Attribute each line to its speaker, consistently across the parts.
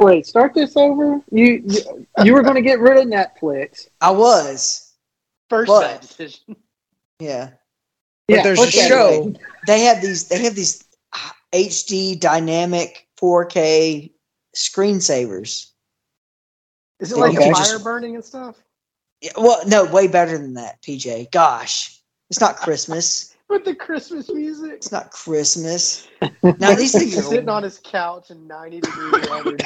Speaker 1: Wait, start this over. You you, you were going to get rid of Netflix.
Speaker 2: I was.
Speaker 3: First
Speaker 2: What?
Speaker 3: bad decision.
Speaker 2: Yeah. But
Speaker 1: Yeah,
Speaker 2: there's a
Speaker 1: put that
Speaker 2: show.
Speaker 1: away.
Speaker 2: They have these they have these HD dynamic 4K screensavers.
Speaker 3: Is it
Speaker 2: Yeah,
Speaker 3: like
Speaker 1: you
Speaker 3: fire
Speaker 1: can
Speaker 2: just-
Speaker 3: burning and stuff?
Speaker 2: Yeah, well, no, way better than that, PJ. Gosh. It's not Christmas.
Speaker 3: With the Christmas music?
Speaker 2: It's not Christmas. Now these things
Speaker 3: He's sitting
Speaker 2: are
Speaker 3: on his couch in 90 degree weather,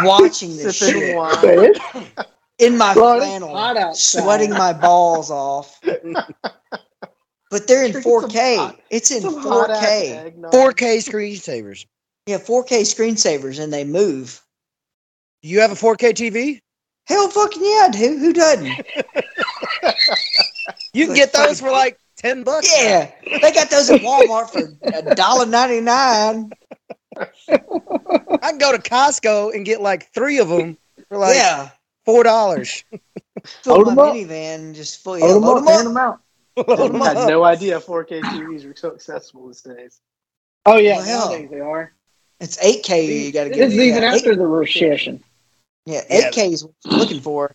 Speaker 2: watching this
Speaker 3: sipping
Speaker 2: shit
Speaker 1: Say
Speaker 3: wine.
Speaker 1: it.
Speaker 2: in my
Speaker 1: Lord, it's hot
Speaker 2: flannel,
Speaker 1: outside.
Speaker 2: sweating my balls off. But they're in
Speaker 3: Drinking some
Speaker 2: 4K.
Speaker 3: hot-
Speaker 2: It's in
Speaker 3: Some hot-ass
Speaker 2: 4K.
Speaker 3: eggnog.
Speaker 4: 4K screensavers.
Speaker 2: Yeah, 4K screensavers, and they move.
Speaker 4: You have a 4K TV?
Speaker 2: Hell, fucking yeah, dude. Who doesn't?
Speaker 4: You can get those for like 10 bucks.
Speaker 2: Yeah, they got those at Walmart for a dollar ninety nine.
Speaker 4: I can go to Costco and get like three of them for like
Speaker 2: Yeah,
Speaker 4: $4.
Speaker 2: fill
Speaker 1: Load
Speaker 2: my
Speaker 1: 'em up.
Speaker 2: minivan, just fill yeah,
Speaker 1: Load 'em
Speaker 2: load
Speaker 1: up,
Speaker 2: 'em
Speaker 1: hand
Speaker 2: up.
Speaker 1: 'em out.
Speaker 4: Load 'em
Speaker 3: I had
Speaker 4: up.
Speaker 3: no idea 4K TVs were so accessible these days.
Speaker 1: Oh yeah,
Speaker 2: Well, hell.
Speaker 1: nowadays they are.
Speaker 2: It's eight K. You got to get.
Speaker 1: This is even
Speaker 2: yeah,
Speaker 1: after the recession.
Speaker 2: Yeah,
Speaker 4: Yeah.
Speaker 2: eight K is what you're looking for.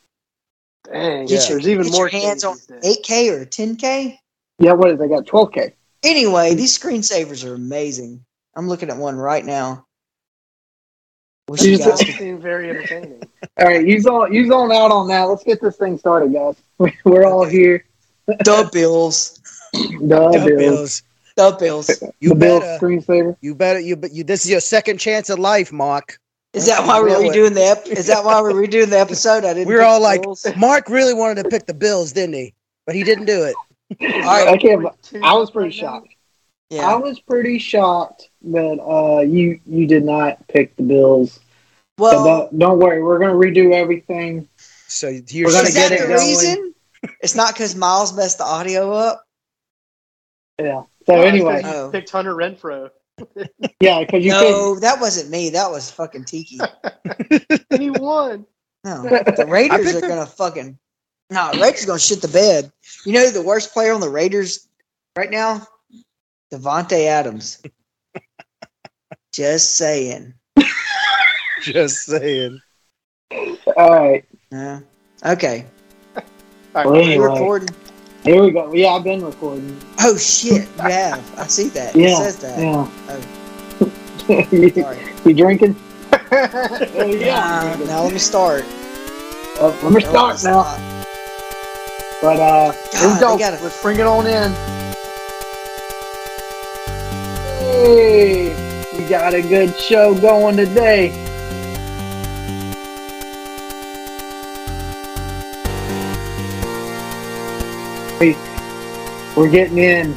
Speaker 3: Dang,
Speaker 2: Get
Speaker 3: yeah,
Speaker 2: your-
Speaker 3: there's even
Speaker 2: get
Speaker 3: more
Speaker 2: your hands
Speaker 3: TVs
Speaker 2: on
Speaker 3: these days.
Speaker 2: Eight K or ten K.
Speaker 1: Yeah, what is they got? Twelve k.
Speaker 2: Anyway, these screensavers are amazing. I'm looking at one right now. Wish you
Speaker 1: Jesus.
Speaker 2: guys
Speaker 3: That
Speaker 2: could-
Speaker 3: seemed very entertaining.
Speaker 1: All right, you on you on out on that. Let's get this thing started, guys. We're all here.
Speaker 2: the bills,
Speaker 1: The
Speaker 4: Dumb
Speaker 1: bill,
Speaker 4: bills.
Speaker 2: the bills.
Speaker 4: You
Speaker 1: the bill
Speaker 4: better.
Speaker 1: screensaver.
Speaker 4: You better. You, but you. This is your second chance at life, Mark.
Speaker 2: Is that why we're
Speaker 4: Really?
Speaker 2: redoing the? Ep- is that why we're redoing the episode? I didn't.
Speaker 4: We're
Speaker 2: pick
Speaker 4: all
Speaker 2: the
Speaker 4: like-
Speaker 2: bills.
Speaker 4: Mark really wanted to pick the Bills, didn't he? But he didn't do it.
Speaker 2: right.
Speaker 1: I can't.
Speaker 3: Two
Speaker 1: I was pretty
Speaker 3: right now?
Speaker 1: shocked. I
Speaker 2: yeah.
Speaker 1: was pretty shocked that uh, you you did not pick the Bills. But
Speaker 2: Well,
Speaker 1: don't, don't worry, we're gonna redo everything.
Speaker 4: So
Speaker 1: We're
Speaker 4: here's
Speaker 1: gonna
Speaker 2: is that
Speaker 1: get it
Speaker 2: the
Speaker 1: going.
Speaker 2: reason? It's not because Miles messed the audio up.
Speaker 1: Yeah. So
Speaker 3: Oh, it's 'cause
Speaker 1: anyway,
Speaker 3: you
Speaker 2: Oh.
Speaker 3: picked Hunter Renfro,
Speaker 1: yeah, because you
Speaker 2: No, that wasn't me. That was fucking Tiki.
Speaker 3: and he won.
Speaker 2: No,
Speaker 1: couldn't.
Speaker 2: the
Speaker 4: I
Speaker 2: Raiders
Speaker 4: picked
Speaker 2: are
Speaker 4: the-
Speaker 2: gonna fucking. No, Raiders gonna shit the bed. You know who the worst player on the Raiders right now? Devonte Adams. Just saying.
Speaker 4: just saying.
Speaker 1: all right.
Speaker 2: Yeah. Okay.
Speaker 3: All
Speaker 1: Well,
Speaker 3: right,
Speaker 2: You
Speaker 1: anyway,
Speaker 2: recording?
Speaker 1: here we go. Yeah, I've been recording.
Speaker 2: Oh shit! You have. I see that. It
Speaker 1: Yeah,
Speaker 2: says that.
Speaker 1: Yeah. you,
Speaker 2: Sorry.
Speaker 1: you drinking? Oh, yeah.
Speaker 2: Uh, now let me start. Oh,
Speaker 1: Uh, let me start now. But uh, here we
Speaker 2: God,
Speaker 1: go.
Speaker 2: they gotta-
Speaker 1: Let's bring it on in. Hey, we got a good show going today. We, we're getting in.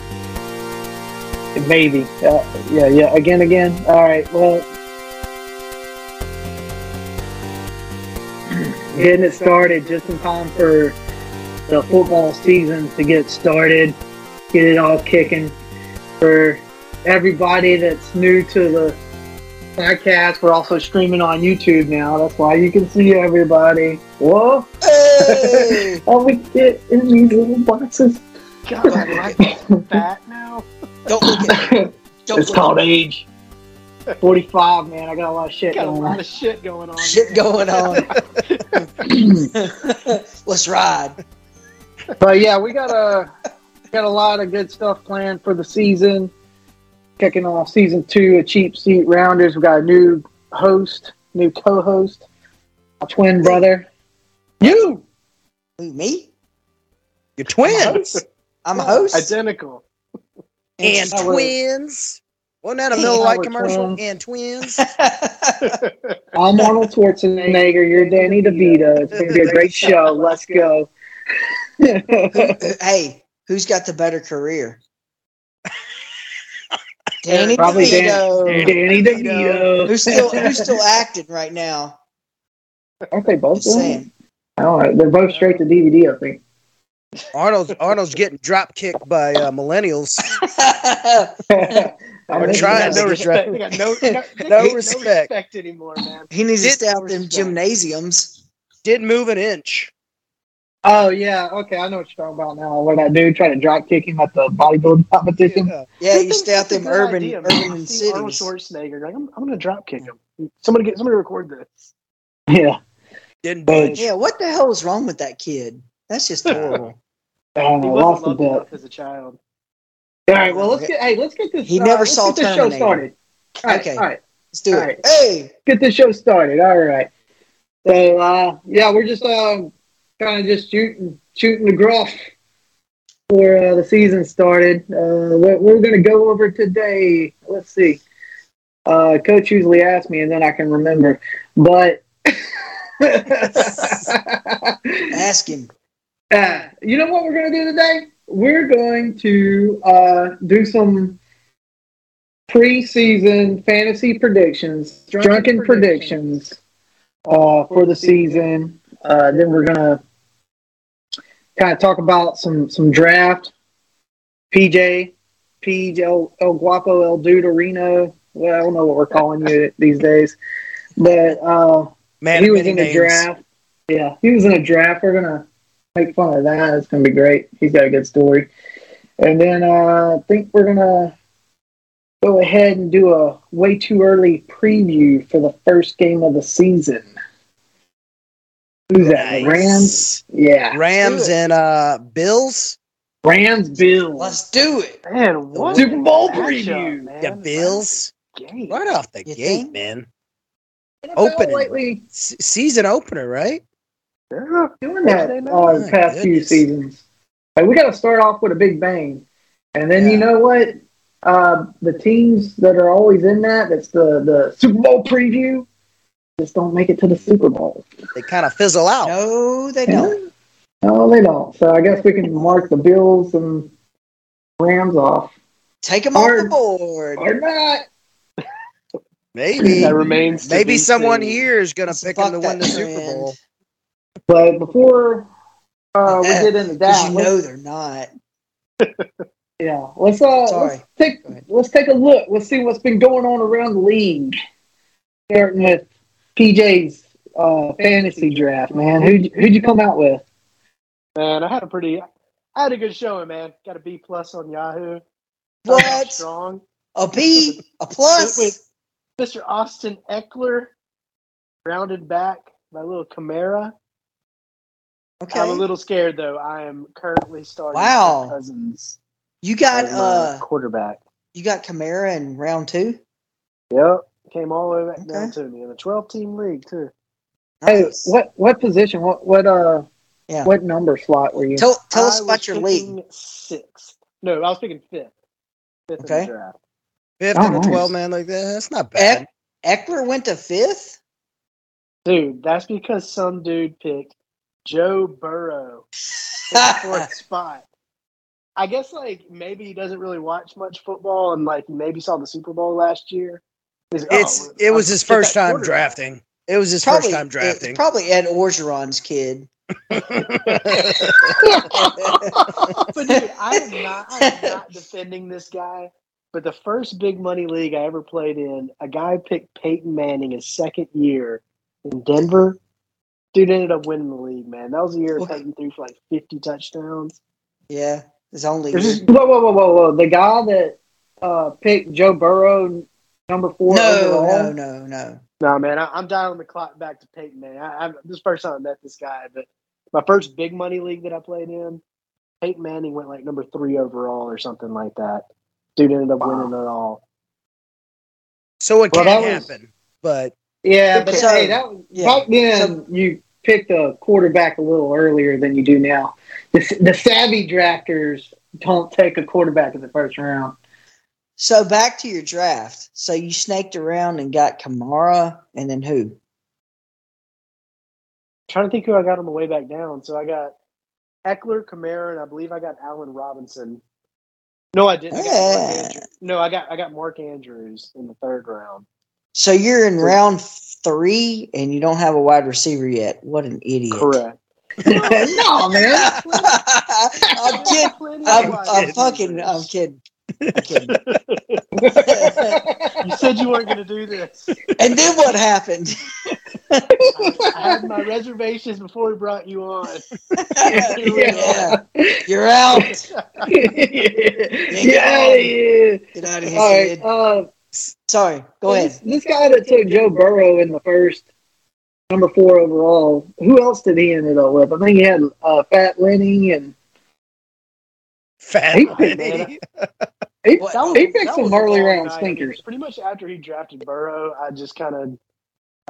Speaker 1: Maybe. Uh, yeah, yeah. Again, again. All right. Well, getting it started just in time for the football season to get started, get it all kicking. For everybody that's new to the podcast, we're also streaming on YouTube now. That's why you can see everybody. Whoa!
Speaker 2: Hey!
Speaker 1: All we get is these little boxes.
Speaker 3: God, I like this fat now.
Speaker 2: Don't look at it. Don't
Speaker 1: It's
Speaker 2: look at
Speaker 1: called age. 45, man. I got a lot of shit
Speaker 3: Got a
Speaker 1: going
Speaker 3: lot
Speaker 1: on.
Speaker 3: of shit going on.
Speaker 2: it. Shit going on. Let's ride.
Speaker 1: But yeah, we got a got a lot of good stuff planned for the season. Kicking off season two of Cheap Seat Rounders. We got a new host, new co-host, a twin brother. You,
Speaker 2: Who, me?
Speaker 4: You're twins
Speaker 2: I'm a host.
Speaker 3: Identical.
Speaker 4: and
Speaker 1: How we're-
Speaker 4: twins. Wasn't that a
Speaker 2: Hey,
Speaker 4: Miller
Speaker 1: how
Speaker 4: Lite
Speaker 1: we're
Speaker 4: commercial?
Speaker 1: twins.
Speaker 4: And twins.
Speaker 1: I'm Arnold Schwarzenegger. You're Danny DeVito. It's gonna be a great show. Let's go.
Speaker 2: hey, who's got the better career? Danny
Speaker 1: Probably Dan-
Speaker 2: DeVito.
Speaker 1: Danny DeVito.
Speaker 2: Who's still who's still acting right now?
Speaker 1: Aren't they both?
Speaker 2: Just saying.
Speaker 1: I don't know. They're both straight to DVD. I think.
Speaker 4: Arnold's Arnold's getting drop kicked by uh, millennials.
Speaker 1: I
Speaker 4: We're
Speaker 1: mean,
Speaker 4: trying
Speaker 3: They got
Speaker 4: to-
Speaker 3: no respect. They got no, no, they got
Speaker 4: respect.
Speaker 3: no respect anymore, man.
Speaker 2: he needs to
Speaker 4: Did-
Speaker 2: stay out of them gymnasiums.
Speaker 4: Didn't move an inch.
Speaker 1: Oh yeah, okay, I know what you're talking about now. What I do, try to drop kick him at the bodybuilding competition.
Speaker 4: Yeah.
Speaker 2: Yeah, you
Speaker 3: That's a-
Speaker 2: stay out
Speaker 3: that's a
Speaker 2: them
Speaker 3: good
Speaker 2: urban
Speaker 3: idea, man.
Speaker 2: urban
Speaker 3: See Arnold
Speaker 2: cities.
Speaker 3: Schwarzenegger, like, I'm, I'm gonna drop kick him. Somebody get somebody record this.
Speaker 1: Yeah.
Speaker 4: Didn't
Speaker 1: But-
Speaker 4: budge.
Speaker 2: Yeah, what the hell is wrong with that kid? That's just horrible.
Speaker 1: I don't
Speaker 3: He
Speaker 1: know.
Speaker 3: was
Speaker 1: Lost
Speaker 3: in
Speaker 1: a
Speaker 3: love
Speaker 1: bit.
Speaker 3: enough as a child.
Speaker 1: All right. Well, let's get. Hey, let's get this.
Speaker 2: He
Speaker 1: uh,
Speaker 2: never
Speaker 1: let's
Speaker 2: saw
Speaker 1: get this
Speaker 2: Terminator.
Speaker 1: show started. All right,
Speaker 2: Okay.
Speaker 1: All right.
Speaker 2: Let's do it.
Speaker 1: All right.
Speaker 2: Hey,
Speaker 1: Get this show started. All right. So uh, yeah, we're just um, kind of just shooting shooting the gruff for uh, the season started. Uh, what we're going to go over today. Let's see. Uh, Coach usually asks me, and then I can remember. But
Speaker 2: ask him.
Speaker 1: Uh, you know what we're going to do today? We're going to uh, do some preseason fantasy predictions, drunken,
Speaker 3: Drunken
Speaker 1: predictions, uh, for the season. Uh, then we're going to kind of talk about some some draft. PJ, PJ, El, El Guapo, El Dude, Arena. Well, I don't know what we're calling you these days, but. Uh,
Speaker 4: Man,
Speaker 1: he
Speaker 4: of
Speaker 1: was
Speaker 4: many
Speaker 1: in a
Speaker 4: names.
Speaker 1: draft. Yeah, he was in a draft. We're gonna make fun of that. It's gonna be great. He's got a good story. And then uh, I think we're gonna go ahead and do a way too early preview for the first game of the season. Who's that? The Rams. Yeah,
Speaker 4: Rams and uh, Bills.
Speaker 1: Rams. Bills.
Speaker 2: Let's do it.
Speaker 3: Man, what
Speaker 1: Super Bowl
Speaker 3: a matchup,
Speaker 1: preview.
Speaker 3: man.
Speaker 4: The Bills.
Speaker 3: Game.
Speaker 4: Right off the
Speaker 2: You
Speaker 4: gate,
Speaker 2: think?
Speaker 4: man.
Speaker 1: Open
Speaker 4: Opening.
Speaker 1: lately
Speaker 4: S- season opener, right?
Speaker 3: Yeah.
Speaker 1: doing that
Speaker 3: Thursday night.
Speaker 1: uh, the
Speaker 4: My
Speaker 1: past few
Speaker 4: goodness.
Speaker 1: seasons. Like we got to start off with a big bang, and then you
Speaker 4: Yeah.
Speaker 1: know what? Uh, the teams that are always in that—that's the the Super Bowl preview. Just don't make it to the Super Bowl.
Speaker 4: They kind of fizzle out.
Speaker 2: No, they don't.
Speaker 1: No, they don't. So I guess we can mark the Bills and Rams off,
Speaker 2: Take them off the
Speaker 1: Hard.
Speaker 2: board.
Speaker 1: or not.
Speaker 4: Maybe,
Speaker 3: That remains. to
Speaker 4: maybe
Speaker 3: be
Speaker 4: someone
Speaker 3: seen.
Speaker 4: here is going to
Speaker 2: Let's
Speaker 4: pick them to
Speaker 2: fuck
Speaker 4: win
Speaker 2: that
Speaker 4: the Super
Speaker 2: trend.
Speaker 4: Bowl.
Speaker 1: But before uh, we
Speaker 2: Yeah,
Speaker 1: get into
Speaker 2: Because
Speaker 1: that,
Speaker 2: you
Speaker 1: let's-
Speaker 2: know they're not.
Speaker 1: yeah, let's uh,
Speaker 2: Sorry.
Speaker 1: let's take
Speaker 2: Go ahead.
Speaker 1: let's take a look. Let's see what's been going on around the league. Starting with PJ's uh, fantasy draft, man. Who'd, who'd you come out with?
Speaker 3: Man, I had a pretty, I had a good showing, man. Got a B plus on Yahoo.
Speaker 2: What?
Speaker 3: Strong.
Speaker 2: A B, a plus.
Speaker 3: Wait, Mr. Austin Eckler, rounded back by little Camara. I'm a
Speaker 2: Okay.
Speaker 3: little scared though. I am currently starting
Speaker 2: Wow.
Speaker 3: Kirk Cousins
Speaker 2: You got
Speaker 3: as my
Speaker 2: uh,
Speaker 3: quarterback.
Speaker 2: you got Camara in round two.
Speaker 3: Yep, came all the way back down
Speaker 2: Okay.
Speaker 3: to me in a 12 team league too.
Speaker 1: Hey,
Speaker 2: Nice.
Speaker 1: Oh, what what position? What what uh
Speaker 2: Yeah.
Speaker 1: what number slot were you?
Speaker 2: Tell tell
Speaker 3: I
Speaker 2: us about
Speaker 3: was
Speaker 2: your
Speaker 3: picking
Speaker 2: league.
Speaker 3: Sixth. No, I was picking fifth. Fifth
Speaker 2: Okay.
Speaker 3: in the draft.
Speaker 4: Fifth
Speaker 1: Oh,
Speaker 4: and
Speaker 1: nice.
Speaker 4: a 12 man like that. That's not bad.
Speaker 2: Eck, Eckler went to fifth.
Speaker 3: Dude, that's because some dude picked Joe Burrow in the fourth spot. I guess like maybe he doesn't really watch much football and like maybe saw the Super Bowl last year. He's like,
Speaker 4: It's
Speaker 3: oh,
Speaker 4: it was
Speaker 3: I'll
Speaker 4: his
Speaker 3: get that
Speaker 4: first time
Speaker 3: quarterback.
Speaker 4: drafting. It was his
Speaker 2: Probably,
Speaker 4: first time
Speaker 2: it's
Speaker 4: drafting.
Speaker 2: probably Ed Orgeron's kid.
Speaker 3: But dude, I am not, I am not defending this guy. But the first big money league I ever played in, a guy picked Peyton Manning his second year in Denver. Dude ended up winning the league, man. That was the year
Speaker 2: Okay.
Speaker 3: Peyton threw for like fifty touchdowns.
Speaker 2: yeah, his only.
Speaker 3: This is-
Speaker 1: Whoa whoa whoa whoa whoa! The guy that uh picked Joe Burrow number four
Speaker 2: No,
Speaker 1: overall.
Speaker 2: no, no, no.
Speaker 3: No, man, I, I'm dialing the clock back to Peyton Manning. I, I, this is the first time I met this guy, but my first big money league that I played in, Peyton Manning went like number three overall or something like that. Dude ended up winning it all.
Speaker 4: so it
Speaker 1: Well,
Speaker 4: can
Speaker 1: that was-
Speaker 4: happen. but
Speaker 1: Yeah, but
Speaker 2: So-
Speaker 1: hey, that was,
Speaker 2: yeah.
Speaker 1: back then you picked a quarterback a little earlier than you do now. The, the savvy drafters don't take a quarterback in the first round.
Speaker 2: So back to your draft. So you snaked around and got Kamara, and then who?
Speaker 3: trying to think who I got on the way back down. So I got Eckler, Kamara, and I believe I got Allen Robinson. No, I didn't. I got Mark
Speaker 2: Yeah.
Speaker 3: Andrew- no, I got I got Mark Andrews in the third round.
Speaker 2: So you're in round three, and you don't have a wide receiver yet. What an idiot!
Speaker 3: Correct.
Speaker 1: no, man.
Speaker 2: I'm kidding. I'm, I'm fucking. I'm kidding. I'm kidding.
Speaker 3: You said you weren't going to do this.
Speaker 2: and then what happened?
Speaker 3: I had my reservations before we brought you on.
Speaker 2: yeah, you're out.
Speaker 1: yeah, yeah.
Speaker 2: Get out of here.
Speaker 1: All right.
Speaker 2: kid.
Speaker 1: Uh,
Speaker 2: Sorry, go ahead.
Speaker 1: This, this guy that took Joe Burrow in the first number four overall, who else did he end up with? I think he had uh, Fat Lenny and
Speaker 4: Fat
Speaker 1: He-
Speaker 4: lady.
Speaker 1: he,
Speaker 2: What?
Speaker 1: he picked
Speaker 3: was
Speaker 1: some
Speaker 3: a
Speaker 1: early
Speaker 3: long
Speaker 1: round
Speaker 3: night.
Speaker 1: stinkers.
Speaker 3: Pretty much after he drafted Burrow, I just kind of,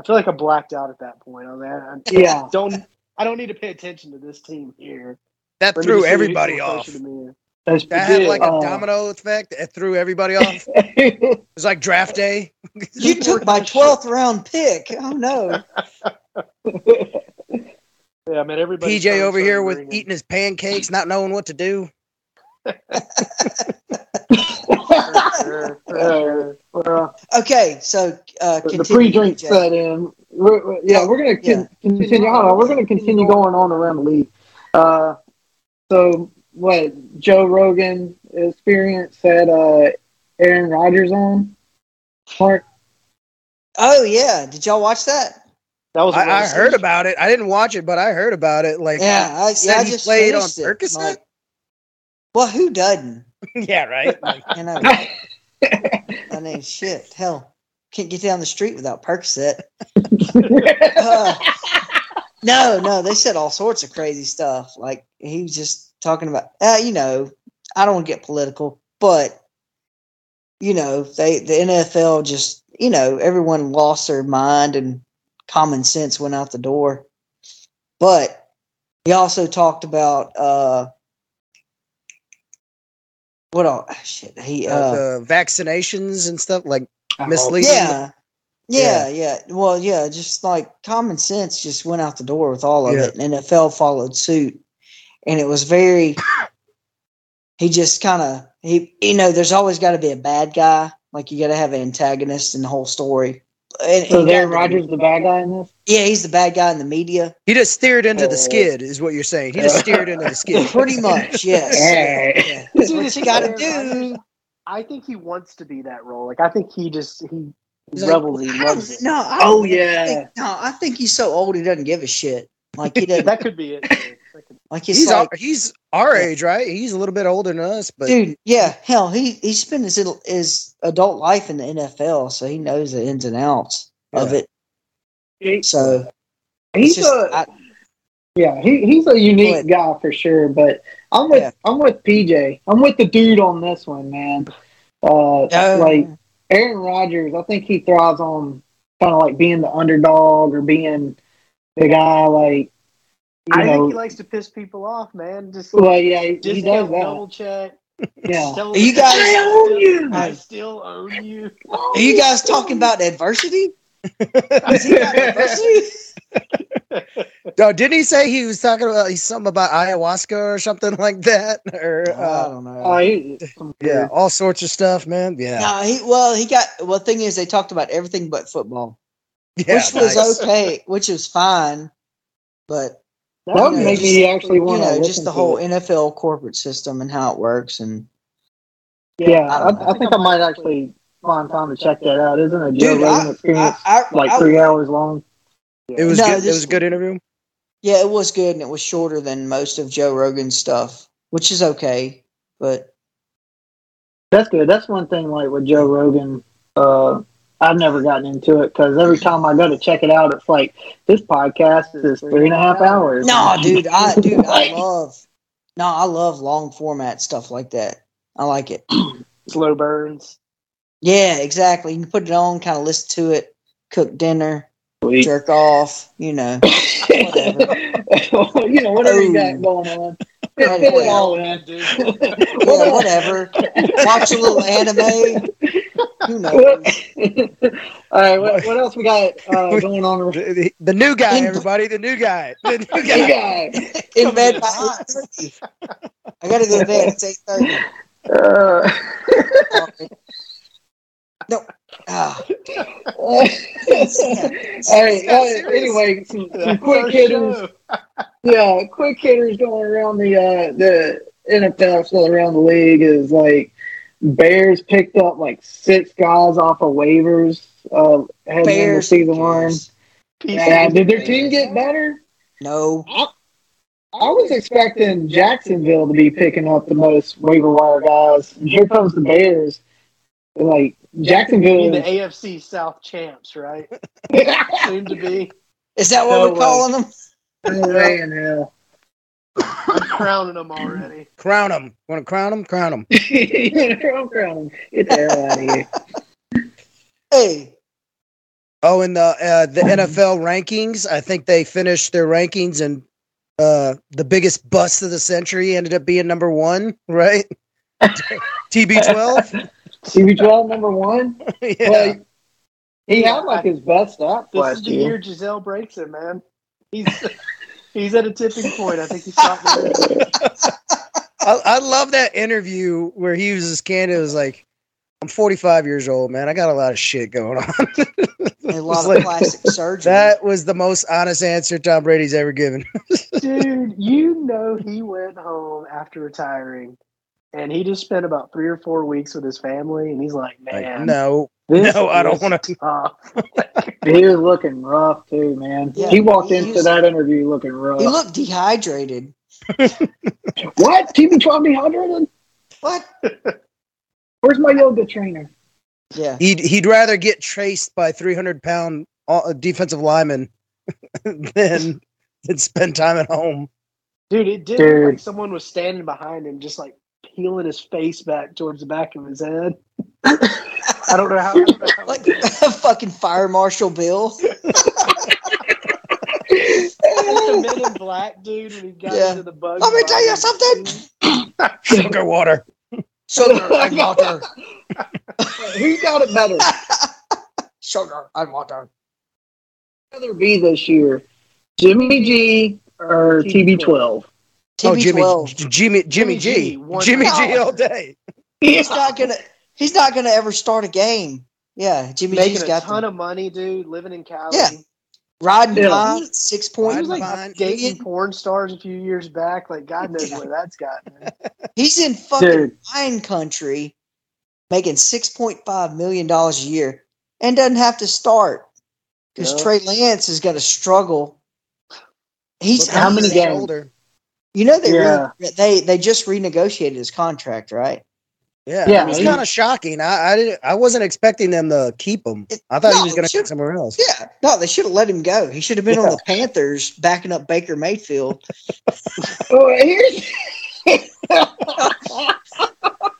Speaker 3: I feel like I blacked out at that point. On that, I
Speaker 1: Yeah,
Speaker 3: don't, I don't need to pay attention to this team here.
Speaker 4: That
Speaker 3: Let me
Speaker 4: threw
Speaker 3: just see who
Speaker 4: everybody
Speaker 3: was
Speaker 4: off.
Speaker 3: closer to me.
Speaker 1: that's
Speaker 4: That had
Speaker 3: did,
Speaker 4: like a
Speaker 1: uh,
Speaker 4: domino effect. It threw everybody off. It was like draft day.
Speaker 2: You took my twelfth round pick. Oh no.
Speaker 3: Yeah, I mean everybody.
Speaker 4: PJ over here with eating his pancakes, not knowing what to do.
Speaker 1: Uh, Well,
Speaker 2: Okay, so uh,
Speaker 1: the
Speaker 2: continue,
Speaker 1: pre-drink
Speaker 2: PJ.
Speaker 1: set in. We're, we're- yeah, we're gonna con- continue. I don't know, we're gonna continue going on around the league. Uh, so what? Joe Rogan experience had uh, Aaron Rodgers on. Mark,
Speaker 2: Oh yeah, did y'all watch that?
Speaker 3: That was.
Speaker 4: I, I heard about it. I didn't watch it, but I heard about it. Like,
Speaker 2: Yeah, I,
Speaker 4: said
Speaker 2: yeah, I
Speaker 4: he
Speaker 2: just
Speaker 4: played on
Speaker 2: finished it,
Speaker 4: Percocet?
Speaker 2: Mike. Well, who doesn't?
Speaker 4: yeah, right. Like, uh,
Speaker 2: You know, I mean, shit, hell, can't get down the street without Percocet. Uh, no, no, they said all sorts of crazy stuff. Like he was just talking about, uh, you know, I don't want to get political, but you know, they the NFL just, you know, everyone lost their mind and common sense went out the door. But he also talked about uh, what all shit he
Speaker 4: uh,
Speaker 2: uh,
Speaker 4: the vaccinations and stuff. Like,
Speaker 3: Oh,
Speaker 4: misleading.
Speaker 2: yeah. Yeah, yeah, Well, yeah, just like common sense just went out the door with all of
Speaker 4: Yeah.
Speaker 2: it, and NFL followed suit, and it was very. He just kind of he you know there's always got to be a bad guy like you got to have an antagonist in the whole story. And,
Speaker 1: so
Speaker 2: and
Speaker 1: is Aaron
Speaker 2: that-
Speaker 1: Rodgers the bad guy in this?
Speaker 2: yeah, he's the bad guy in the media,
Speaker 4: He just steered into
Speaker 1: Oh.
Speaker 4: the skid, is what you're saying. He just steered into the skid.
Speaker 2: pretty much. Yes, yeah. That's what you got to do.
Speaker 3: I think he wants to be that role. Like I think he just he
Speaker 4: He's like,
Speaker 3: revels. he
Speaker 2: I
Speaker 3: loves
Speaker 2: don't,
Speaker 3: it.
Speaker 2: no, I
Speaker 1: Oh
Speaker 2: don't
Speaker 1: yeah.
Speaker 2: think- no, I think he's so old he doesn't give a shit. Like he doesn't.
Speaker 3: That could be it. That could-
Speaker 2: like he's
Speaker 4: He's
Speaker 2: like,
Speaker 4: our, he's our
Speaker 2: Yeah.
Speaker 4: age, right? He's a little bit older than us, but
Speaker 2: dude yeah hell he he spent his his adult life in the nfl so he knows the ins and outs of it
Speaker 1: He-
Speaker 2: so
Speaker 1: He's
Speaker 2: it's just-
Speaker 1: a
Speaker 2: I-
Speaker 1: yeah. He, he's a unique
Speaker 2: But-
Speaker 1: guy for sure. But I'm with
Speaker 2: Yeah.
Speaker 1: I'm with PJ. I'm with the dude on this one, man. Uh,
Speaker 2: no,
Speaker 1: like Aaron Rodgers, I think he thrives on kind of like being the underdog or being the guy like you
Speaker 3: I think he
Speaker 1: know.
Speaker 3: likes to piss people off, man. Just
Speaker 1: Well, yeah, he, he does
Speaker 3: discount
Speaker 1: that.
Speaker 3: double check.
Speaker 1: Yeah.
Speaker 3: Tell
Speaker 2: You
Speaker 3: them,
Speaker 2: guys-
Speaker 3: "I own you.
Speaker 2: I-
Speaker 3: I still own you.
Speaker 2: are you guys talking about adversity Is he got adversity?
Speaker 4: No, Oh, didn't he say he was talking about he's something about ayahuasca or something like that? Or
Speaker 2: i
Speaker 4: uh,
Speaker 2: don't know
Speaker 1: Oh, he- some
Speaker 4: yeah,
Speaker 1: weird-
Speaker 4: all sorts of stuff, man. Yeah,
Speaker 2: no he well he got well thing is they talked about everything but football
Speaker 4: yeah
Speaker 2: which was
Speaker 4: nice.
Speaker 2: okay which was fine but
Speaker 1: That would
Speaker 2: you know,
Speaker 1: make
Speaker 2: just-
Speaker 1: me actually
Speaker 2: you
Speaker 1: want
Speaker 2: know
Speaker 1: to
Speaker 2: just the whole nfl corporate system and how it works and
Speaker 1: Yeah,
Speaker 2: I
Speaker 1: I,
Speaker 2: don't know.
Speaker 1: I, think I might actually find time to check that out. Isn't it? Joe
Speaker 2: dude
Speaker 1: Rogan
Speaker 2: I,
Speaker 1: experience
Speaker 2: I- I-
Speaker 1: like
Speaker 2: I-
Speaker 1: three hours long?
Speaker 4: It was
Speaker 2: No,
Speaker 4: good. it
Speaker 2: this-
Speaker 4: was a good interview.
Speaker 2: Yeah, it was good, and it was shorter than most of Joe Rogan's stuff, which is okay. But
Speaker 1: That's good. That's one thing. Like with Joe Rogan, uh, I've never gotten into it because every time I go to check it out, it's like this podcast is three and a half hours.
Speaker 2: no, dude, I dude, I
Speaker 1: Like,
Speaker 2: love no, I love long format stuff like that. I like it.
Speaker 3: Slow burns.
Speaker 2: Yeah, exactly. You can put it on, kind of listen to it, cook dinner,
Speaker 1: sweet.
Speaker 2: jerk off. You know,
Speaker 1: you know, whatever you got going on, fit fit it all in.
Speaker 3: Dude,
Speaker 2: yeah, whatever. Watch a little anime. Who
Speaker 1: all
Speaker 2: knows?
Speaker 1: right, what, what else we got uh, going on? around-
Speaker 4: The, the new guy,
Speaker 2: In-
Speaker 4: everybody, the new guy, the new
Speaker 1: You
Speaker 4: guy.
Speaker 1: got
Speaker 2: In bed by eight thirty. I gotta go to bed. It's eight thirty.
Speaker 1: Uh,
Speaker 2: Ah,
Speaker 1: all right. uh, anyway, some, some
Speaker 3: that's our
Speaker 1: quick hitters.
Speaker 3: show.
Speaker 1: Yeah, quick hitters going around the uh, the NFL, still around the league is like Bears picked up like six guys off of waivers uh, heading into
Speaker 2: bears.
Speaker 1: season one.
Speaker 3: Peace
Speaker 1: Yeah,
Speaker 3: out.
Speaker 1: did their team get better?
Speaker 2: No.
Speaker 1: I was expecting Jacksonville to be picking up the most waiver wire guys. And here comes the Bears. Like Jacksonville.
Speaker 3: Be the
Speaker 1: is-
Speaker 3: AFC South champs, right? Soon to be.
Speaker 2: Is that what
Speaker 3: No
Speaker 2: we're
Speaker 3: way.
Speaker 2: calling them?
Speaker 1: no way in hell.
Speaker 3: I'm crowning them already.
Speaker 4: Crown him. Want to crown him? Crown him.
Speaker 1: Crown, crown. Get the hell out of here.
Speaker 2: Hey,
Speaker 4: Oh, in the uh, the NFL rankings, I think they finished their rankings, and uh, the biggest bust of the century ended up being number one, right? TB12.
Speaker 1: CB12 number one.
Speaker 4: yeah.
Speaker 1: Well, he had like his best app
Speaker 3: This
Speaker 1: last
Speaker 3: is the year. Giselle breaks it, man. He's he's at a tipping point. I think he's talking.
Speaker 4: I, I love that interview where he was just candid. It was like, "I'm 45 years old, man. I got a lot of shit going on."
Speaker 2: a lot of
Speaker 4: like-
Speaker 2: plastic surgery.
Speaker 4: that was the most honest answer Tom Brady's ever given.
Speaker 3: Dude, you know he went home after retiring, and he just spent about three or four weeks with his family, and he's like,
Speaker 4: Like,
Speaker 3: man,
Speaker 4: no,
Speaker 3: this
Speaker 4: no, I don't
Speaker 3: is
Speaker 4: want to.
Speaker 3: tough."
Speaker 1: He was looking rough too, man.
Speaker 2: Yeah,
Speaker 1: he walked
Speaker 2: he
Speaker 1: into
Speaker 2: used-
Speaker 1: that interview looking rough.
Speaker 2: He looked dehydrated.
Speaker 1: what? TB12 dehydrated?
Speaker 2: What?
Speaker 1: Where's my yoga trainer?
Speaker 2: Yeah.
Speaker 4: He'd he'd rather get traced by 300 pound uh, defensive linemen than than spend time at home.
Speaker 3: Dude, it did look like
Speaker 1: Dude.
Speaker 3: someone was standing behind him, just like peeling his face back towards the back of his head. I don't know how.
Speaker 2: Like fucking fire marshal Bill.
Speaker 3: the men in black dude when he got
Speaker 2: Yeah.
Speaker 3: into the bug.
Speaker 2: Let me tell you
Speaker 3: bite.
Speaker 2: something.
Speaker 4: Sugar water.
Speaker 2: Sugar and water.
Speaker 1: Who got it better?
Speaker 2: Sugar and water.
Speaker 1: rather be this year, Jimmy G or TB12?
Speaker 2: TB twelve.
Speaker 4: Oh, Jimmy, Jimmy, Jimmy
Speaker 3: Jimmy G,
Speaker 4: G,
Speaker 3: one
Speaker 4: Jimmy G
Speaker 2: thousand.
Speaker 4: all day.
Speaker 2: He's not gonna. He's not gonna ever start a game. Yeah, Jimmy G's
Speaker 3: Making a
Speaker 2: got
Speaker 3: ton
Speaker 2: the,
Speaker 3: of money, dude. Living in Cali.
Speaker 2: Yeah. riding
Speaker 1: Yeah.
Speaker 2: behind six
Speaker 3: He
Speaker 2: point.
Speaker 3: was like
Speaker 4: Fine.
Speaker 3: dating porn stars a few years back. Like God knows where that's gotten.
Speaker 2: He's in fucking
Speaker 1: Dude,
Speaker 2: wine country, making six point five million dollars a year, and doesn't have to start because
Speaker 3: Yeah.
Speaker 2: Trey Lance is gonna struggle. He's
Speaker 4: Look
Speaker 1: how many
Speaker 4: he's
Speaker 1: games?
Speaker 4: older.
Speaker 2: You know they
Speaker 1: Yeah.
Speaker 2: re- they they just renegotiated his contract, right?
Speaker 4: Yeah,
Speaker 1: Yeah,
Speaker 4: yeah, it's
Speaker 1: he-
Speaker 4: kind of shocking. I I, didn't, I wasn't expecting them to keep him.
Speaker 2: It-
Speaker 4: I thought
Speaker 2: no,
Speaker 4: he was going
Speaker 2: it
Speaker 4: to go
Speaker 2: should-
Speaker 4: somewhere else.
Speaker 2: Yeah, no, they should have let him go. He should have been on
Speaker 4: Yeah.
Speaker 2: the Panthers backing up Baker Mayfield.
Speaker 1: oh, here's,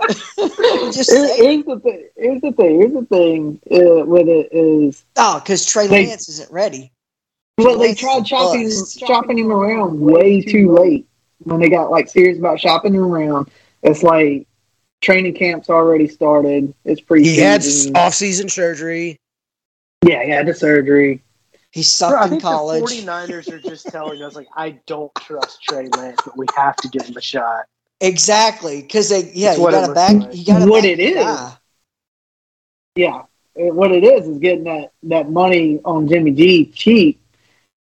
Speaker 2: just
Speaker 1: here- here's the thing. Here's the thing. Here's the thing uh, with it is
Speaker 2: oh, because Trey
Speaker 1: They-
Speaker 2: Lance isn't ready.
Speaker 1: Well, they tried chopping
Speaker 2: Bust.
Speaker 1: chopping him around way too late when they got like serious about chopping him around. It's like training camp's already started. It's preseason.
Speaker 4: He had off-season surgery.
Speaker 1: yeah, he had the surgery.
Speaker 3: Bro,
Speaker 2: He
Speaker 3: I
Speaker 2: sucked in
Speaker 3: think
Speaker 2: college.
Speaker 3: the 49ers are just telling us, like, I don't trust Trey Lance, but we have to give him a shot.
Speaker 2: Exactly, because they yeah,
Speaker 3: It's
Speaker 2: you
Speaker 3: what it
Speaker 2: got a
Speaker 3: looks
Speaker 2: back.
Speaker 3: like.
Speaker 2: You got
Speaker 1: What
Speaker 2: back
Speaker 1: it is.
Speaker 2: guy.
Speaker 1: Yeah, And what it is is getting that that money on Jimmy G cheap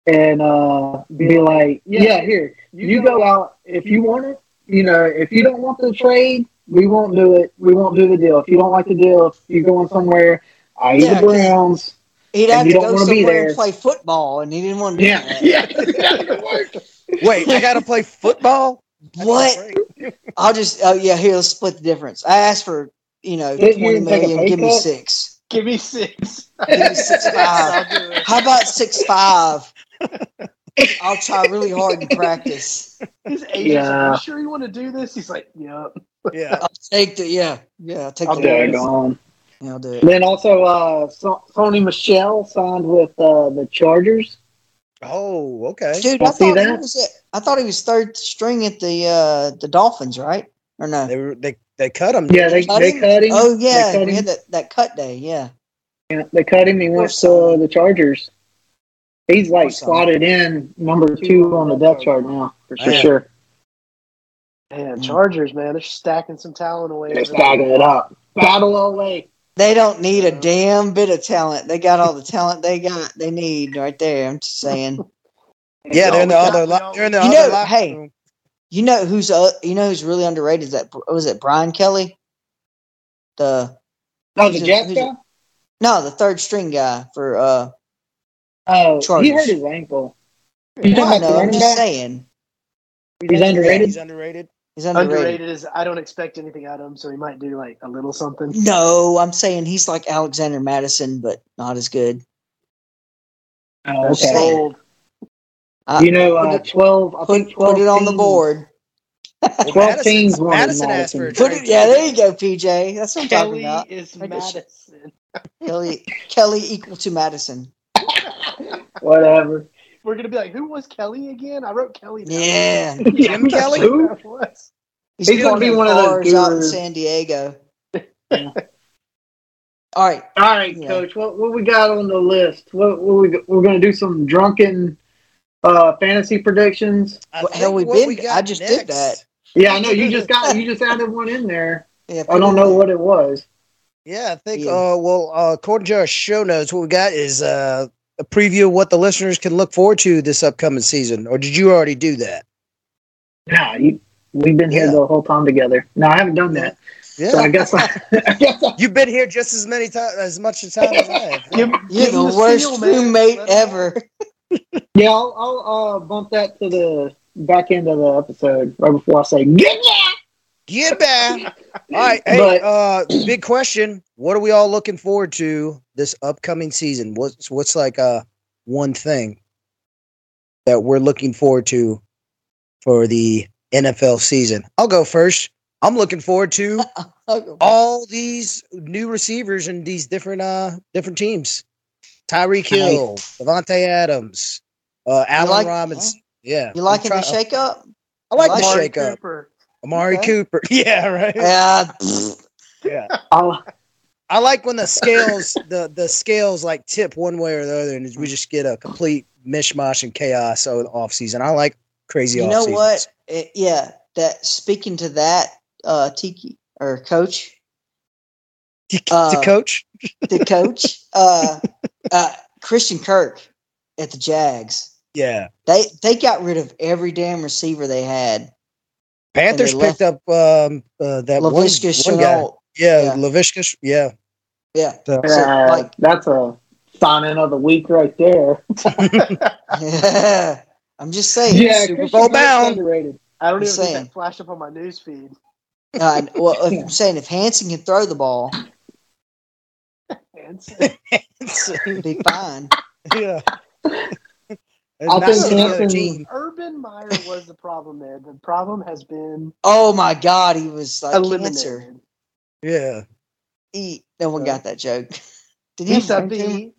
Speaker 1: and uh, be like, yeah, here you, go out if you want it. You know, if you don't want the trade, we won't do it. We won't do the deal. If you don't like the deal, you're going somewhere. I
Speaker 2: Yeah,
Speaker 1: the
Speaker 2: 'cause-
Speaker 1: Browns.
Speaker 2: He'd
Speaker 1: And
Speaker 2: have
Speaker 1: you
Speaker 2: to
Speaker 1: don't
Speaker 2: go
Speaker 1: wanna be
Speaker 2: somewhere and
Speaker 1: there.
Speaker 2: play football, and he didn't want to. do
Speaker 1: Yeah,
Speaker 2: that.
Speaker 1: yeah.
Speaker 4: Wait, I got to play football.
Speaker 2: What? I'll just oh yeah, here let's split the difference. I asked for you know
Speaker 1: Didn't you
Speaker 2: twenty
Speaker 1: even take a
Speaker 2: million.
Speaker 1: pay
Speaker 2: Give me
Speaker 1: cut?
Speaker 2: six.
Speaker 3: Give me six.
Speaker 2: Give me six five.
Speaker 3: I'll do it.
Speaker 2: How about six five? I'll try really hard in practice.
Speaker 3: His agent's
Speaker 1: Yeah.
Speaker 3: like, you sure you want to do this? He's like, yep.
Speaker 4: Yeah,
Speaker 2: I'll take the yeah yeah. I'll take
Speaker 3: I'll
Speaker 2: the
Speaker 3: do it.
Speaker 2: yeah,
Speaker 1: gone.
Speaker 2: I'll do it.
Speaker 1: Then also, uh, so- Sony Michelle signed with uh, the Chargers.
Speaker 4: Oh, okay.
Speaker 2: Dude,
Speaker 1: I
Speaker 2: I
Speaker 1: see
Speaker 2: thought he
Speaker 1: that.
Speaker 2: was at, I thought he was third string at the uh the Dolphins, right? Or no?
Speaker 4: They were they they cut him.
Speaker 1: Yeah, they, they cut him.
Speaker 2: Oh yeah,
Speaker 1: They cut
Speaker 2: we had
Speaker 1: him.
Speaker 2: that, that cut day. Yeah,
Speaker 1: Yeah, They cut him. He went to uh, the Chargers. He's like slotted in number two on the depth chart now for sure.
Speaker 4: Man.
Speaker 1: sure.
Speaker 2: Mm.
Speaker 3: Man, Chargers, man, they're stacking some talent away.
Speaker 1: They're
Speaker 3: over there.
Speaker 1: stacking it up. Battle LA.
Speaker 2: they don't need a damn bit of talent. They got all the talent they got. They need right there. I'm just saying.
Speaker 4: Yeah, they're in the
Speaker 3: Y'all, we
Speaker 4: other.
Speaker 3: got-
Speaker 4: Lo- they're in the
Speaker 2: You
Speaker 4: other.
Speaker 2: know,
Speaker 4: locker
Speaker 2: hey.
Speaker 4: room.
Speaker 2: You know who's uh, you know who's really underrated? That was it. Brian Kelly, the
Speaker 1: Oh, the
Speaker 2: Who's it-
Speaker 1: Jets
Speaker 2: who's
Speaker 1: guy?
Speaker 2: it? no, the third string guy for. uh
Speaker 1: Oh, he
Speaker 2: Chargers.
Speaker 1: hurt his ankle. You
Speaker 2: I
Speaker 1: talking about
Speaker 2: know,
Speaker 1: the
Speaker 2: I'm
Speaker 1: running
Speaker 2: just
Speaker 1: back?
Speaker 2: saying.
Speaker 1: He's underrated.
Speaker 4: He's underrated.
Speaker 2: He's underrated.
Speaker 3: Underrated is I don't expect anything out of him, so he might do like a little something.
Speaker 2: No, I'm saying he's like Alexander Madison, but not as good.
Speaker 1: Oh,
Speaker 2: Okay.
Speaker 3: Sold.
Speaker 2: I-
Speaker 1: You know, uh,
Speaker 2: put, it,
Speaker 1: twelve. I think
Speaker 2: put, put
Speaker 1: 12
Speaker 2: it on the
Speaker 1: teams-
Speaker 2: board.
Speaker 1: Twelve
Speaker 4: Madison-
Speaker 1: teams wanted
Speaker 4: Madison
Speaker 1: Madison.
Speaker 4: asked for a
Speaker 2: Put it, yeah, there you go, PJ. That's what I'm talking
Speaker 3: Kelly
Speaker 2: about.
Speaker 3: is
Speaker 2: I guess-
Speaker 3: Madison.
Speaker 2: Kelly, Kelly equal to Madison.
Speaker 1: Whatever.
Speaker 3: We're gonna be like, who was Kelly again? I wrote Kelly. down.
Speaker 2: Yeah,
Speaker 4: Jim Kelly?
Speaker 3: Who that was.
Speaker 2: he's,
Speaker 1: He's gonna
Speaker 2: parking
Speaker 1: be one of those
Speaker 2: cars out in
Speaker 1: gurus.
Speaker 2: San Diego. All right,
Speaker 1: All right,
Speaker 2: Yeah.
Speaker 1: Coach. What what we got on the list? What, what we we're gonna do some drunken uh, fantasy predictions.
Speaker 4: I
Speaker 2: Well,
Speaker 4: think
Speaker 2: hell, we've
Speaker 4: what
Speaker 2: been-
Speaker 4: we
Speaker 2: I
Speaker 4: got
Speaker 2: just did that.
Speaker 1: Yeah, I know you just got you just added one in there.
Speaker 2: yeah,
Speaker 1: I don't know what it was.
Speaker 4: Yeah, I think.
Speaker 2: Yeah.
Speaker 4: Uh, well, uh, according to our show notes, what we got is uh, a preview of what the listeners can look forward to this upcoming season. Or did you already do that?
Speaker 1: Nah, you, we've been here
Speaker 4: Yeah.
Speaker 1: the whole time together. No, I haven't done that. So I
Speaker 4: Yeah,
Speaker 1: guess I, I guess I,
Speaker 4: you've been here just as many times as much as time as I have.
Speaker 3: Give- give
Speaker 2: You're
Speaker 3: him
Speaker 2: the worst
Speaker 3: seal, man.
Speaker 2: roommate
Speaker 3: Let him-
Speaker 2: ever.
Speaker 1: yeah, I'll, I'll uh, bump that to the back end of the episode right before I say get ya!
Speaker 4: Get back. All right. Hey,
Speaker 1: But-
Speaker 4: uh, big question. What are we all looking forward to this upcoming season? What's what's like uh one thing that we're looking forward to for the NFL season? I'll go first. I'm looking forward to
Speaker 2: Oh,
Speaker 4: all these new receivers and these different uh different teams. Tyreek Hill, Devontae Adams, uh Allen
Speaker 2: like-
Speaker 4: Robinson. Yeah.
Speaker 2: You liking
Speaker 4: I'm
Speaker 2: the
Speaker 4: try-
Speaker 2: shake up?
Speaker 4: I like
Speaker 2: like
Speaker 4: the
Speaker 3: Amari
Speaker 4: shake up.
Speaker 3: Cooper.
Speaker 4: Amari
Speaker 2: Okay.
Speaker 4: Cooper. Yeah, right.
Speaker 2: Yeah.
Speaker 4: Yeah.
Speaker 1: I'll,
Speaker 4: I like when the scales the the scales like tip one way or the other, and we just get a complete mishmash and chaos on off season. I like crazy.
Speaker 2: you
Speaker 4: off
Speaker 2: know what? Eh, yeah, that speaking to that, uh, Tiki or Coach,
Speaker 4: To,
Speaker 2: Uh,
Speaker 4: coach,
Speaker 2: the coach, uh, uh, Christian Kirk at the Jags.
Speaker 4: yeah.
Speaker 2: They they got rid of every damn receiver they had.
Speaker 4: Panthers
Speaker 2: left-
Speaker 4: picked up um uh, that one,
Speaker 2: Laviska
Speaker 4: one guy.
Speaker 2: Chenault.
Speaker 4: Yeah,
Speaker 2: Yeah.
Speaker 4: Lavishka. Sh- Yeah.
Speaker 2: Yeah.
Speaker 4: So-
Speaker 2: So,
Speaker 1: uh,
Speaker 2: like-
Speaker 1: that's a sign in of the week right there.
Speaker 2: yeah. I'm just saying.
Speaker 1: Yeah,
Speaker 2: Super
Speaker 1: Christian
Speaker 4: Bowl
Speaker 1: Kirk's
Speaker 4: bound.
Speaker 1: underrated.
Speaker 3: I don't
Speaker 2: I'm
Speaker 3: even think
Speaker 2: saying.
Speaker 3: that flashed up on my news feed.
Speaker 2: Bowl- uh, well, if, I'm saying if Hanson can throw the ball,
Speaker 3: It's-
Speaker 2: he'd be fine.
Speaker 4: yeah.
Speaker 1: I
Speaker 4: Not
Speaker 1: think
Speaker 4: any other
Speaker 1: Hampton-
Speaker 4: team.
Speaker 3: Urban Meyer was the problem there. The problem has been
Speaker 2: Oh my God, he was like
Speaker 3: eliminated.
Speaker 2: cancer.
Speaker 4: Yeah.
Speaker 2: He, no one got that joke. Did he have
Speaker 3: He's a
Speaker 2: brain tumor?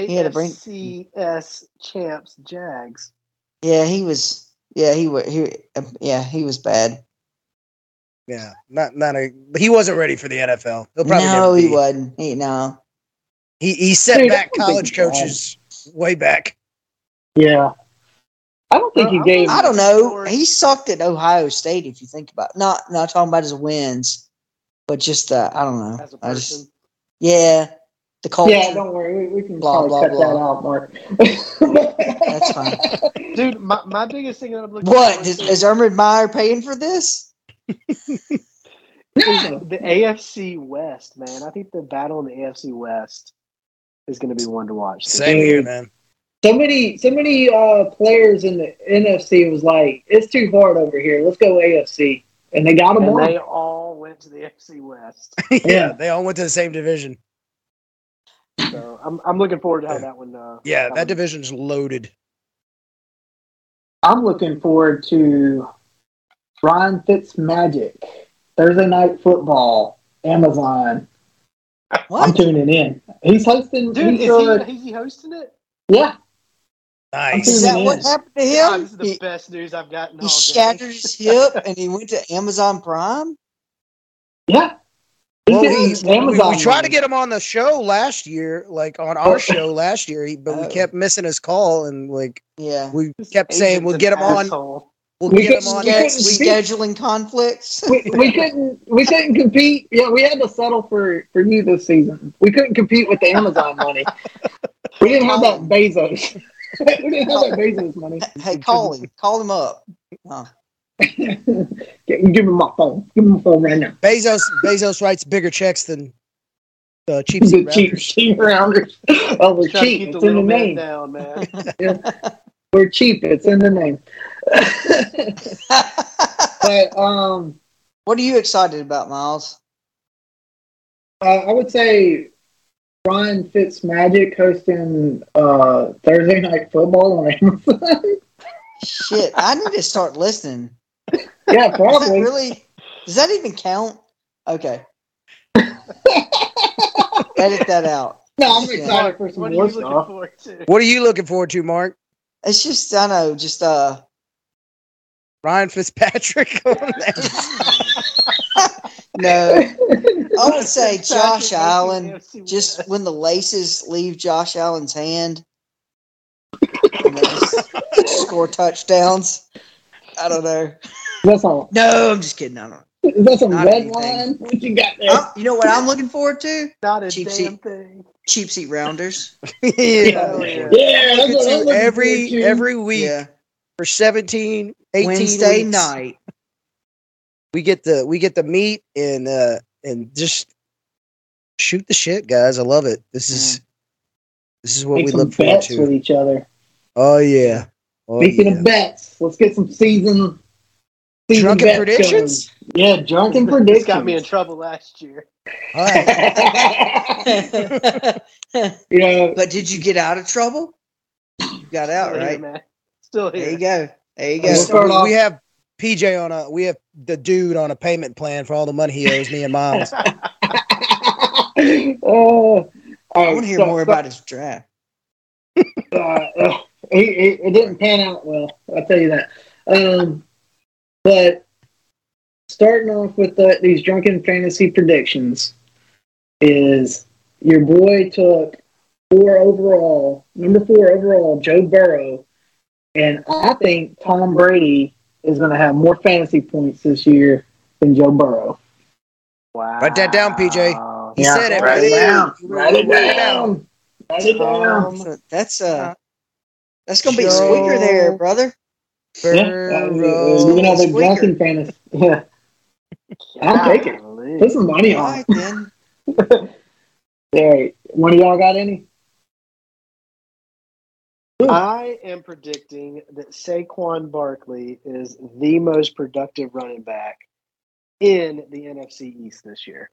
Speaker 3: B.
Speaker 2: He had a brain-
Speaker 3: AFCS champs Jags.
Speaker 2: Yeah, he was. Yeah, he was. He, uh, yeah, he was bad.
Speaker 4: Yeah. Not not a. He wasn't ready for the NFL. He'll probably
Speaker 2: no,
Speaker 4: never
Speaker 2: he
Speaker 4: be.
Speaker 2: wasn't. He, no,
Speaker 4: He he set
Speaker 1: Dude, I
Speaker 4: back
Speaker 1: don't think
Speaker 4: college
Speaker 1: he was.
Speaker 4: coaches way back.
Speaker 1: Yeah, I don't think
Speaker 3: Well,
Speaker 1: he
Speaker 3: I'm-
Speaker 1: gave.
Speaker 2: Uh, I don't know.
Speaker 3: Lord.
Speaker 2: He sucked at Ohio State. If you think about, not not talking about his wins, but just uh, I don't know.
Speaker 3: As a
Speaker 2: I just
Speaker 3: person,
Speaker 2: yeah, the culture.
Speaker 1: yeah, don't worry. We, we can
Speaker 2: Blah,
Speaker 1: probably
Speaker 2: blah,
Speaker 1: cut that
Speaker 2: blah.
Speaker 1: out, Mark.
Speaker 2: That's fine.
Speaker 3: dude, my, my biggest thing that I'm looking
Speaker 2: what
Speaker 3: forward
Speaker 2: is,
Speaker 3: to
Speaker 2: is Ermin Meyer paying for this?
Speaker 3: is the AFC West, man. I think the battle in the AFC West is going to be one to watch.
Speaker 4: Same here,
Speaker 1: Dude.
Speaker 4: man.
Speaker 1: So many, so many uh, players in the NFC was like, "It's too hard over here. Let's go AFC," and they got them
Speaker 3: And
Speaker 1: all.
Speaker 3: they all went to the AFC West.
Speaker 4: yeah, they all went to the same division.
Speaker 3: So I'm, I'm looking forward to how
Speaker 4: Yeah.
Speaker 3: that one. Uh,
Speaker 4: Yeah, that
Speaker 3: one-
Speaker 4: division's loaded.
Speaker 1: I'm looking forward to Ryan Fitzmagic Thursday Night Football, Amazon. I'm
Speaker 2: What?
Speaker 1: tuning in. He's hosting.
Speaker 3: Dude,
Speaker 1: he's,
Speaker 3: is
Speaker 1: uh,
Speaker 3: he, is he hosting it?
Speaker 1: yeah,
Speaker 2: Is
Speaker 4: Nice.
Speaker 1: tuning
Speaker 2: that what
Speaker 1: in.
Speaker 2: happened
Speaker 3: God,
Speaker 2: to
Speaker 3: this
Speaker 2: him?
Speaker 3: is the
Speaker 2: He,
Speaker 3: best news I've gotten.
Speaker 2: he
Speaker 3: all day.
Speaker 2: shattered his hip and he went to Amazon Prime.
Speaker 1: yeah. He's
Speaker 4: Well,
Speaker 1: getting
Speaker 4: we, we,
Speaker 1: Amazon
Speaker 4: we tried to
Speaker 1: money.
Speaker 4: get him on the show last year, like on our show last year, he- but we
Speaker 2: Oh.
Speaker 4: kept missing his call, and like
Speaker 2: Yeah.
Speaker 4: we
Speaker 3: This
Speaker 4: kept saying,
Speaker 3: agent's
Speaker 4: "We'll
Speaker 3: an
Speaker 4: get him on.
Speaker 3: asshole.
Speaker 4: We'll
Speaker 1: We
Speaker 4: get him
Speaker 1: couldn't
Speaker 4: on."
Speaker 1: get-
Speaker 2: Sched-
Speaker 1: couldn't speak.
Speaker 2: scheduling conflicts.
Speaker 1: we, we couldn't we couldn't compete. Yeah, we had to settle for for you this season. We couldn't compete with the Amazon money. We didn't have that Bezos. we didn't have that Bezos money.
Speaker 2: hey, call him. Call him up.
Speaker 1: Give give him my phone. Give him my phone right now.
Speaker 4: Bezos Bezos writes bigger checks than the cheap seat
Speaker 1: The cheap,
Speaker 4: Raptors.
Speaker 1: cheap rounders. Oh, we're
Speaker 3: Try to
Speaker 1: cheap.
Speaker 3: keep
Speaker 1: It's
Speaker 3: the
Speaker 1: in the
Speaker 3: little man
Speaker 1: name.
Speaker 3: down, man.
Speaker 1: We're cheap. It's in the name. but um,
Speaker 2: What are you excited about, Miles?
Speaker 1: uh, I would say Ryan Fitzmagic hosting uh, Thursday Night Football on Amazon.
Speaker 2: Shit, I need to start listening.
Speaker 1: yeah,
Speaker 2: Is that
Speaker 1: probably.
Speaker 2: really? Does that even count? Okay. Edit that out.
Speaker 1: No, I'm
Speaker 2: Yeah.
Speaker 1: excited for some
Speaker 3: what are you
Speaker 1: more
Speaker 3: looking
Speaker 1: stuff.
Speaker 3: forward to?
Speaker 4: What are you looking forward to, Mark?
Speaker 2: It's just I know, just uh,
Speaker 4: Ryan Fitzpatrick on that.
Speaker 2: no. I would say
Speaker 3: Patrick
Speaker 2: Josh
Speaker 3: Mahomes
Speaker 2: Allen.
Speaker 3: AFC
Speaker 2: Just
Speaker 3: West.
Speaker 2: when the laces leave Josh Allen's hand, and they just score touchdowns. I don't know.
Speaker 1: That's all.
Speaker 2: No, I'm just kidding. I don't. know.
Speaker 1: That's a
Speaker 2: Not
Speaker 1: red
Speaker 2: anything.
Speaker 1: line. What you got there?
Speaker 2: I'm- you know what I'm looking forward to?
Speaker 3: not a
Speaker 2: cheap
Speaker 3: damn
Speaker 2: seat.
Speaker 3: thing.
Speaker 2: Cheap seat rounders.
Speaker 4: yeah.
Speaker 3: Oh, yeah.
Speaker 1: yeah, that's
Speaker 4: Look
Speaker 1: what
Speaker 4: at
Speaker 1: I'm looking
Speaker 4: you
Speaker 1: forward
Speaker 4: every
Speaker 1: to.
Speaker 4: every week
Speaker 2: Yeah.
Speaker 4: for 17, 18
Speaker 2: Wednesday
Speaker 4: weeks.
Speaker 2: night.
Speaker 4: We get the we get the meat and uh and just shoot the shit, guys. I love it. This is this is what
Speaker 1: Mm. Make
Speaker 4: we
Speaker 1: some
Speaker 4: look forward
Speaker 1: bets
Speaker 4: to.
Speaker 1: with each other.
Speaker 4: Oh yeah. Oh,
Speaker 1: Speaking
Speaker 4: yeah.
Speaker 1: of bets, let's get some season. season
Speaker 4: Drunken
Speaker 1: bets
Speaker 4: predictions?
Speaker 1: going. Yeah, drunken
Speaker 3: This
Speaker 1: predictions.
Speaker 3: got me in trouble last year.
Speaker 4: All right.
Speaker 2: but
Speaker 1: you know,
Speaker 2: did you get out of trouble? You got out,
Speaker 3: Still here,
Speaker 2: right?
Speaker 3: man. Still
Speaker 2: There you
Speaker 3: here.
Speaker 2: go. There you
Speaker 1: Yeah.
Speaker 4: We-
Speaker 1: We'll
Speaker 2: go.
Speaker 1: start off-
Speaker 4: we have PJ on a we have the dude on a payment plan for all the money he owes me and Miles.
Speaker 1: uh, all
Speaker 2: I
Speaker 1: right,
Speaker 2: want to hear
Speaker 1: so-
Speaker 2: more about his draft.
Speaker 1: uh, uh, it, it, it didn't pan out well. I'll tell you that. Um, but starting off with the, these drunken fantasy predictions is your boy took four overall, number four overall, Joe Burrow, and I think Tom Brady is going to have more fantasy points this year than Joe Burrow.
Speaker 3: Wow.
Speaker 4: Write that down, PJ. He said it.
Speaker 1: Write it
Speaker 4: Write it
Speaker 1: down.
Speaker 4: down.
Speaker 1: Write it
Speaker 4: Write it
Speaker 1: down. Write it down.
Speaker 3: Um,
Speaker 2: That's uh, that's gonna be a
Speaker 4: Joe-
Speaker 2: squeaker there, brother.
Speaker 1: Yeah, uh,
Speaker 4: Burrow.
Speaker 1: we're gonna have a
Speaker 2: Squeaker.
Speaker 1: drunken fantasy. Yeah, I'll take it.
Speaker 3: Golly.
Speaker 1: put some money
Speaker 2: All
Speaker 1: on.
Speaker 2: right, then.
Speaker 1: it. All right, one of y'all got any?
Speaker 3: I am predicting that Saquon Barkley is the most productive running back in the NFC East this year.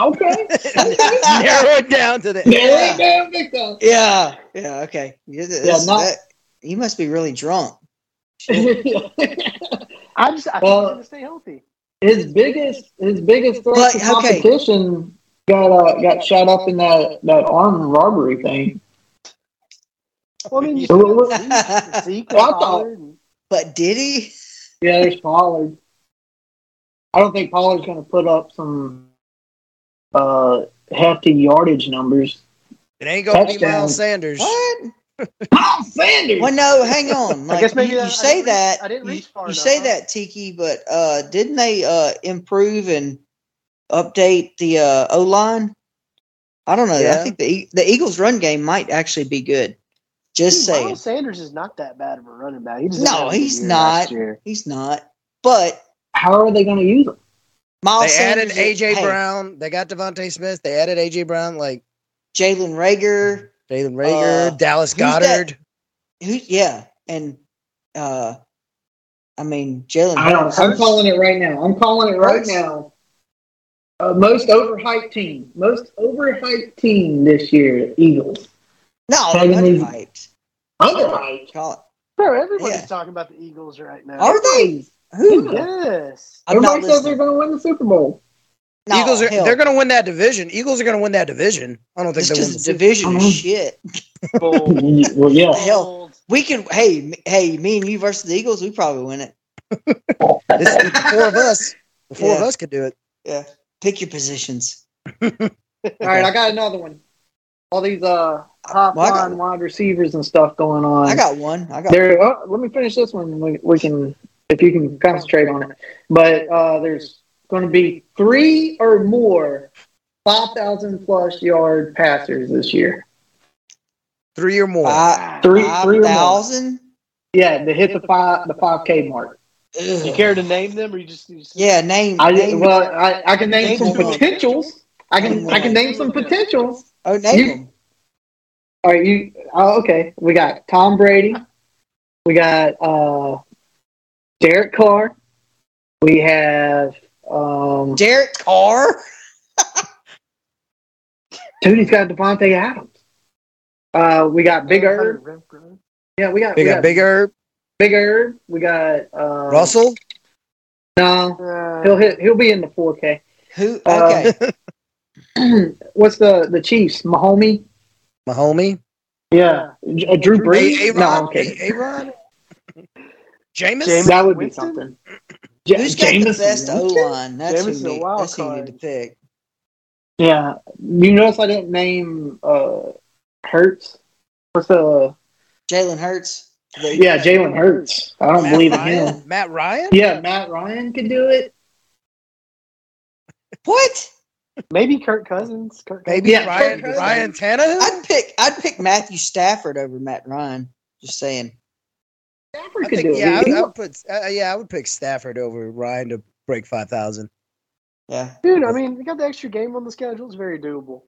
Speaker 1: Okay,
Speaker 4: Narrow it down to the
Speaker 1: there ain't no big though.
Speaker 2: Yeah, yeah, okay. Yeah, that's-
Speaker 1: not-
Speaker 2: that- you must be really drunk.
Speaker 3: I just I
Speaker 1: Well-
Speaker 3: want him to stay healthy.
Speaker 1: his biggest, his biggest threat
Speaker 2: But,
Speaker 1: to
Speaker 2: okay.
Speaker 1: competition got uh, got shot up in that that armed robbery thing.
Speaker 3: Well, I mean, you
Speaker 1: Well,
Speaker 3: still
Speaker 1: well,
Speaker 3: have Zeke, Zeke and
Speaker 1: I thought-
Speaker 3: Pollard and-
Speaker 2: But did he?
Speaker 1: Yeah, there's Pollard. I don't think Pollard's gonna put up some uh hefty yardage numbers.
Speaker 4: It ain't gonna be
Speaker 1: Touchdown.
Speaker 4: Miles Sanders.
Speaker 2: What?
Speaker 1: Miles Sanders.
Speaker 2: Well, no, hang on. Like,
Speaker 3: I guess maybe
Speaker 2: you, you
Speaker 3: I- I
Speaker 2: say
Speaker 3: didn't reach-
Speaker 2: that.
Speaker 3: I didn't
Speaker 2: you-
Speaker 3: reach far
Speaker 2: you
Speaker 3: enough,
Speaker 2: say
Speaker 3: huh?
Speaker 2: that, Tiki, but uh, didn't they uh, improve and update the uh, O line? I don't know. I
Speaker 4: Yeah.
Speaker 2: think the E- the Eagles' run game might actually be good. Just
Speaker 3: Dude,
Speaker 2: saying,
Speaker 3: Miles Sanders is not that bad of a running back. He just
Speaker 2: No,
Speaker 3: didn't have a good
Speaker 2: he's
Speaker 3: year last
Speaker 2: not.
Speaker 3: year.
Speaker 2: he's not. But
Speaker 1: How are they gonna use him?
Speaker 2: Miles
Speaker 4: They added
Speaker 2: Sanders,
Speaker 4: AJ
Speaker 2: hey,
Speaker 4: Brown. They got Devontae Smith. They added AJ Brown, like
Speaker 2: Jalen Rager.
Speaker 4: Jalen Rager,
Speaker 2: Uh,
Speaker 4: Dallas
Speaker 2: who's that?
Speaker 4: Goddard.
Speaker 2: Who? Yeah, and uh, I mean Jalen.
Speaker 1: I don't. I'm
Speaker 2: Hurts.
Speaker 1: calling it right now. I'm calling it right
Speaker 2: Hurts.
Speaker 1: now. Uh, most overhyped team. Most overhyped team this year. Eagles.
Speaker 2: No,
Speaker 1: Hey,
Speaker 2: they're
Speaker 1: he's-
Speaker 2: underhyped.
Speaker 1: Underhyped.
Speaker 2: Call it.
Speaker 3: Bro, everybody's
Speaker 2: Yeah.
Speaker 3: talking about the Eagles right now.
Speaker 2: Are they? Who?
Speaker 3: Yes.
Speaker 2: I'm not
Speaker 1: Everybody says they're
Speaker 2: listening.
Speaker 1: going to win the Super Bowl.
Speaker 2: No,
Speaker 4: Eagles are
Speaker 2: hell.
Speaker 4: they're gonna win that division. Eagals are gonna win that division. I don't think
Speaker 2: It's
Speaker 4: they win.
Speaker 2: just
Speaker 4: The,
Speaker 2: division is
Speaker 1: Mhm.
Speaker 2: shit.
Speaker 3: Bold.
Speaker 1: well, yeah.
Speaker 2: hell?
Speaker 3: Bold.
Speaker 2: We can, hey, m- hey, me and you versus the Eagles, we probably win it.
Speaker 4: this, the four of us. The four of
Speaker 2: Yeah.
Speaker 4: us could do it.
Speaker 2: Pick your positions.
Speaker 1: All right, I got another one. All these uh hot
Speaker 2: Well, I got-
Speaker 1: line wide receivers and stuff going on.
Speaker 2: I got one. I got.
Speaker 1: There. Oh, let me finish this one. We, we can, if you can concentrate on it. But uh, there's going to be three or more five thousand plus yard passers this year.
Speaker 4: Three or more.
Speaker 2: Five
Speaker 1: Three- three or more.
Speaker 2: five thousand.
Speaker 1: Yeah, to hit the five the five k mark.
Speaker 3: You
Speaker 2: Ugh.
Speaker 3: care to name them, or you just, you just
Speaker 2: Yeah, name.
Speaker 1: I
Speaker 2: name
Speaker 1: well, I, I can name
Speaker 2: Name
Speaker 1: some
Speaker 2: one.
Speaker 1: potentials. I can I can name some potentials.
Speaker 2: oh, name
Speaker 1: you-
Speaker 2: them.
Speaker 1: All right, you. Oh, okay. We got Tom Brady. We got uh, Derek Carr. We have um,
Speaker 2: Derek Carr.
Speaker 1: dude. He's got Devontae Adams. Uh, we got Big Herb. Yeah, we got
Speaker 4: They
Speaker 1: we
Speaker 4: got
Speaker 1: got Big,
Speaker 4: Big Herb,
Speaker 1: Big Herb. We got um,
Speaker 4: Russell.
Speaker 1: No, he'll
Speaker 3: Uh,
Speaker 1: hit. He'll be in the 4K.
Speaker 2: Who?
Speaker 1: Uh,
Speaker 2: Okay.
Speaker 1: What's the the Chiefs? Mahomie.
Speaker 4: Mahomie,
Speaker 1: Yeah, J- uh, Drew Brees.
Speaker 4: A-
Speaker 1: no, I'm
Speaker 4: A-Rod,
Speaker 1: kidding.
Speaker 4: A-Rod, Jameis.
Speaker 3: Jameis.
Speaker 1: That would be
Speaker 3: Winston?
Speaker 1: something. Ja-
Speaker 2: Who's got the
Speaker 1: Jameis
Speaker 2: best O
Speaker 1: Winston?
Speaker 2: line? That's who,
Speaker 3: Jameis is a
Speaker 2: need,
Speaker 3: wild
Speaker 2: that's who you need
Speaker 3: card.
Speaker 2: to pick.
Speaker 1: Yeah, you notice I didn't name uh Hurts. What's the?
Speaker 2: Jalen Hurts.
Speaker 1: Yeah, Jalen Hurts. I don't
Speaker 4: Matt
Speaker 1: believe in
Speaker 4: Ryan?
Speaker 1: him.
Speaker 4: Matt Ryan.
Speaker 1: Yeah, Matt Ryan could do it.
Speaker 2: What?
Speaker 3: maybe Kirk Cousins. Kirk Cousins.
Speaker 4: Maybe
Speaker 1: Yeah,
Speaker 4: Ryan.
Speaker 1: Kirk
Speaker 4: Ryan Tannehill.
Speaker 2: I'd pick. I'd pick Matthew Stafford over Matt Ryan. Just saying.
Speaker 1: Stafford
Speaker 4: I
Speaker 1: could
Speaker 4: think,
Speaker 1: do it.
Speaker 4: yeah,
Speaker 1: He-
Speaker 4: I, I would put. Uh, yeah, I would pick Stafford over Ryan to break five thousand.
Speaker 2: Yeah.
Speaker 3: Dude, I mean, we got the extra game on the schedule. It's very doable.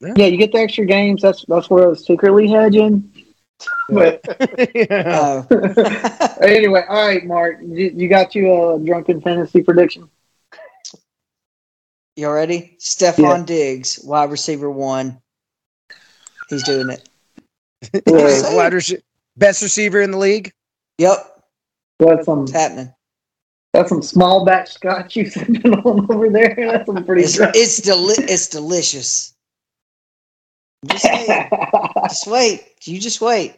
Speaker 1: yeah, you get the extra games. That's that's where I was secretly hedging. But
Speaker 4: yeah.
Speaker 2: Oh.
Speaker 1: anyway, all right, Mark, you, you got you a drunken fantasy prediction.
Speaker 2: You all ready? Stephon Diggs, wide receiver one. He's doing it.
Speaker 1: Wait,
Speaker 2: saying.
Speaker 4: Wide rece- best receiver in the league.
Speaker 2: Yep,
Speaker 1: that's some
Speaker 2: it's happening.
Speaker 1: that's some small batch scotch you sipping on over there. That's some pretty
Speaker 2: It's
Speaker 1: drunk.
Speaker 2: it's, deli- it's delicious. Just wait. just wait. You just wait.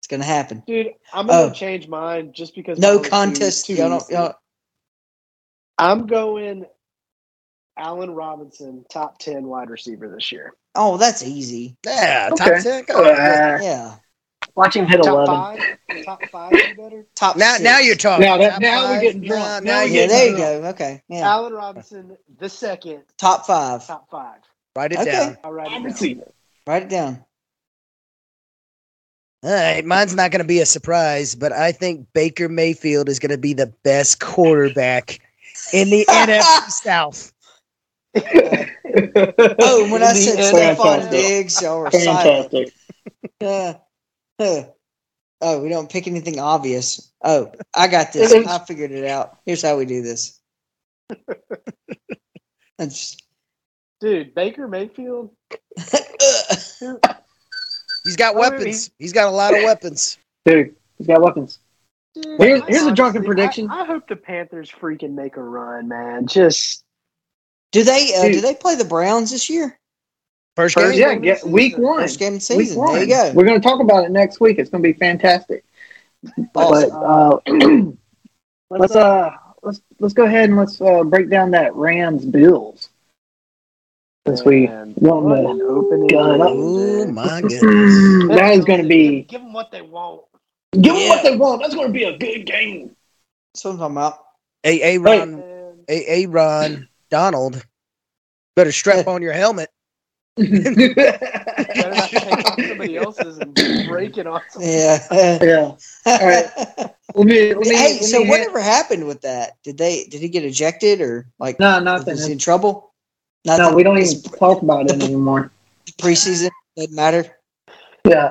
Speaker 2: It's gonna happen.
Speaker 3: Dude, I'm going to
Speaker 2: Oh.
Speaker 3: change mine just because.
Speaker 2: No
Speaker 3: mine was too-
Speaker 2: contest.
Speaker 3: too
Speaker 2: Y'all don't,
Speaker 3: easy.
Speaker 2: y'all,
Speaker 3: I'm going Allen Robinson, top 10 wide receiver this year.
Speaker 2: oh, that's easy.
Speaker 4: Yeah, top
Speaker 1: Okay.
Speaker 4: ten. Come on.
Speaker 1: Uh,
Speaker 2: Yeah.
Speaker 1: watch him hit
Speaker 3: Top
Speaker 1: eleven.
Speaker 3: five? Top five be better?
Speaker 2: Top
Speaker 4: Now,
Speaker 2: six.
Speaker 4: now you're talking.
Speaker 1: Now that-
Speaker 4: Top
Speaker 1: now we're
Speaker 4: five.
Speaker 1: getting drunk.
Speaker 4: Now,
Speaker 1: Now
Speaker 4: now
Speaker 1: we're
Speaker 4: you're
Speaker 2: Yeah,
Speaker 1: getting
Speaker 4: getting
Speaker 2: there you
Speaker 4: drunk.
Speaker 2: go. Okay. Yeah.
Speaker 3: Allen Robinson, the second,
Speaker 2: Top five.
Speaker 3: top five.
Speaker 4: Write it
Speaker 2: Okay.
Speaker 4: down.
Speaker 3: All right.
Speaker 2: Write it down.
Speaker 4: All right, mine's not going to be a surprise, but I think Baker Mayfield is going to be the best quarterback in the NFC South.
Speaker 2: Oh, when I said Stephon
Speaker 1: Fantastic.
Speaker 2: Diggs, y'all were silent.
Speaker 1: Fantastic.
Speaker 2: Uh, uh. Oh, we don't pick anything obvious. Oh, I got this. I figured it out. Here's how we do this. That's-
Speaker 3: Dude, Baker Mayfield.
Speaker 2: uh,
Speaker 4: He's got
Speaker 3: Oh, wait,
Speaker 4: weapons.
Speaker 3: he's-
Speaker 4: He's got a lot of weons.
Speaker 1: Dude, he's got weapons.
Speaker 3: Dude,
Speaker 1: Here's-
Speaker 3: I
Speaker 1: here's a drunken
Speaker 3: honestly-
Speaker 1: prediction.
Speaker 3: I, I hope the Panthers freaking make a run, man. Just
Speaker 2: do they uh, do
Speaker 1: Dude.
Speaker 2: they play the Browns this year?
Speaker 4: First
Speaker 1: First,
Speaker 4: game.
Speaker 1: yeah, get week one.
Speaker 2: First game of the
Speaker 1: Week
Speaker 2: season.
Speaker 1: one.
Speaker 2: There you go.
Speaker 1: We're going to talk about it next week. It's going to be fantastic.
Speaker 2: Awesome.
Speaker 1: But uh, let's uh let's let's go ahead and let's uh, break down that Rams Bills since we
Speaker 3: Man,
Speaker 1: want
Speaker 3: what
Speaker 1: to-
Speaker 3: an opening
Speaker 1: God,
Speaker 3: game,
Speaker 4: Oh
Speaker 3: dude.
Speaker 4: my goodness.
Speaker 1: Mm, that is going to be
Speaker 3: Give them what they want.
Speaker 1: give them what they want. That's going to be a good game.
Speaker 2: That's what I'm talking about.
Speaker 4: Hey, Aaron,
Speaker 3: man.
Speaker 4: hey, Aaron Donald, better strap on your helmet.
Speaker 3: Better not take off somebody else's and break it on somebody.
Speaker 2: Yeah.
Speaker 1: yeah. right. Let me, let me,
Speaker 2: hey,
Speaker 1: let
Speaker 2: so
Speaker 1: me hit-
Speaker 2: whatever happened with that? Did they did he get ejected or like
Speaker 1: No,
Speaker 2: was he in
Speaker 1: nothing.
Speaker 2: trouble?
Speaker 1: No,
Speaker 2: Nothing.
Speaker 1: we don't even
Speaker 2: It's
Speaker 1: talk about it anymore.
Speaker 2: preseason doesn't matter.
Speaker 1: Yeah.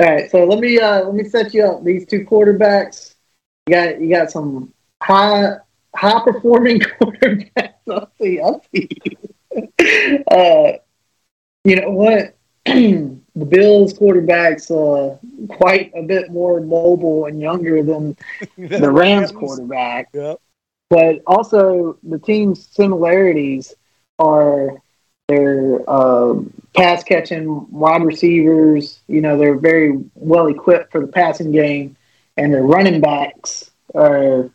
Speaker 1: All right, so let me uh, let me set you up. These two quarterbacks, you got you got some high high performing quarterbacks. I'll see, I'll see. Uh, you know what? the Bills quarterbacks uh, quite a bit more mobile and younger than the Rams quarterback,
Speaker 4: Yep.
Speaker 1: but also the team's similarities are they're uh, pass catching wide receivers. You know, they're very well equipped for the passing game, and their running backs are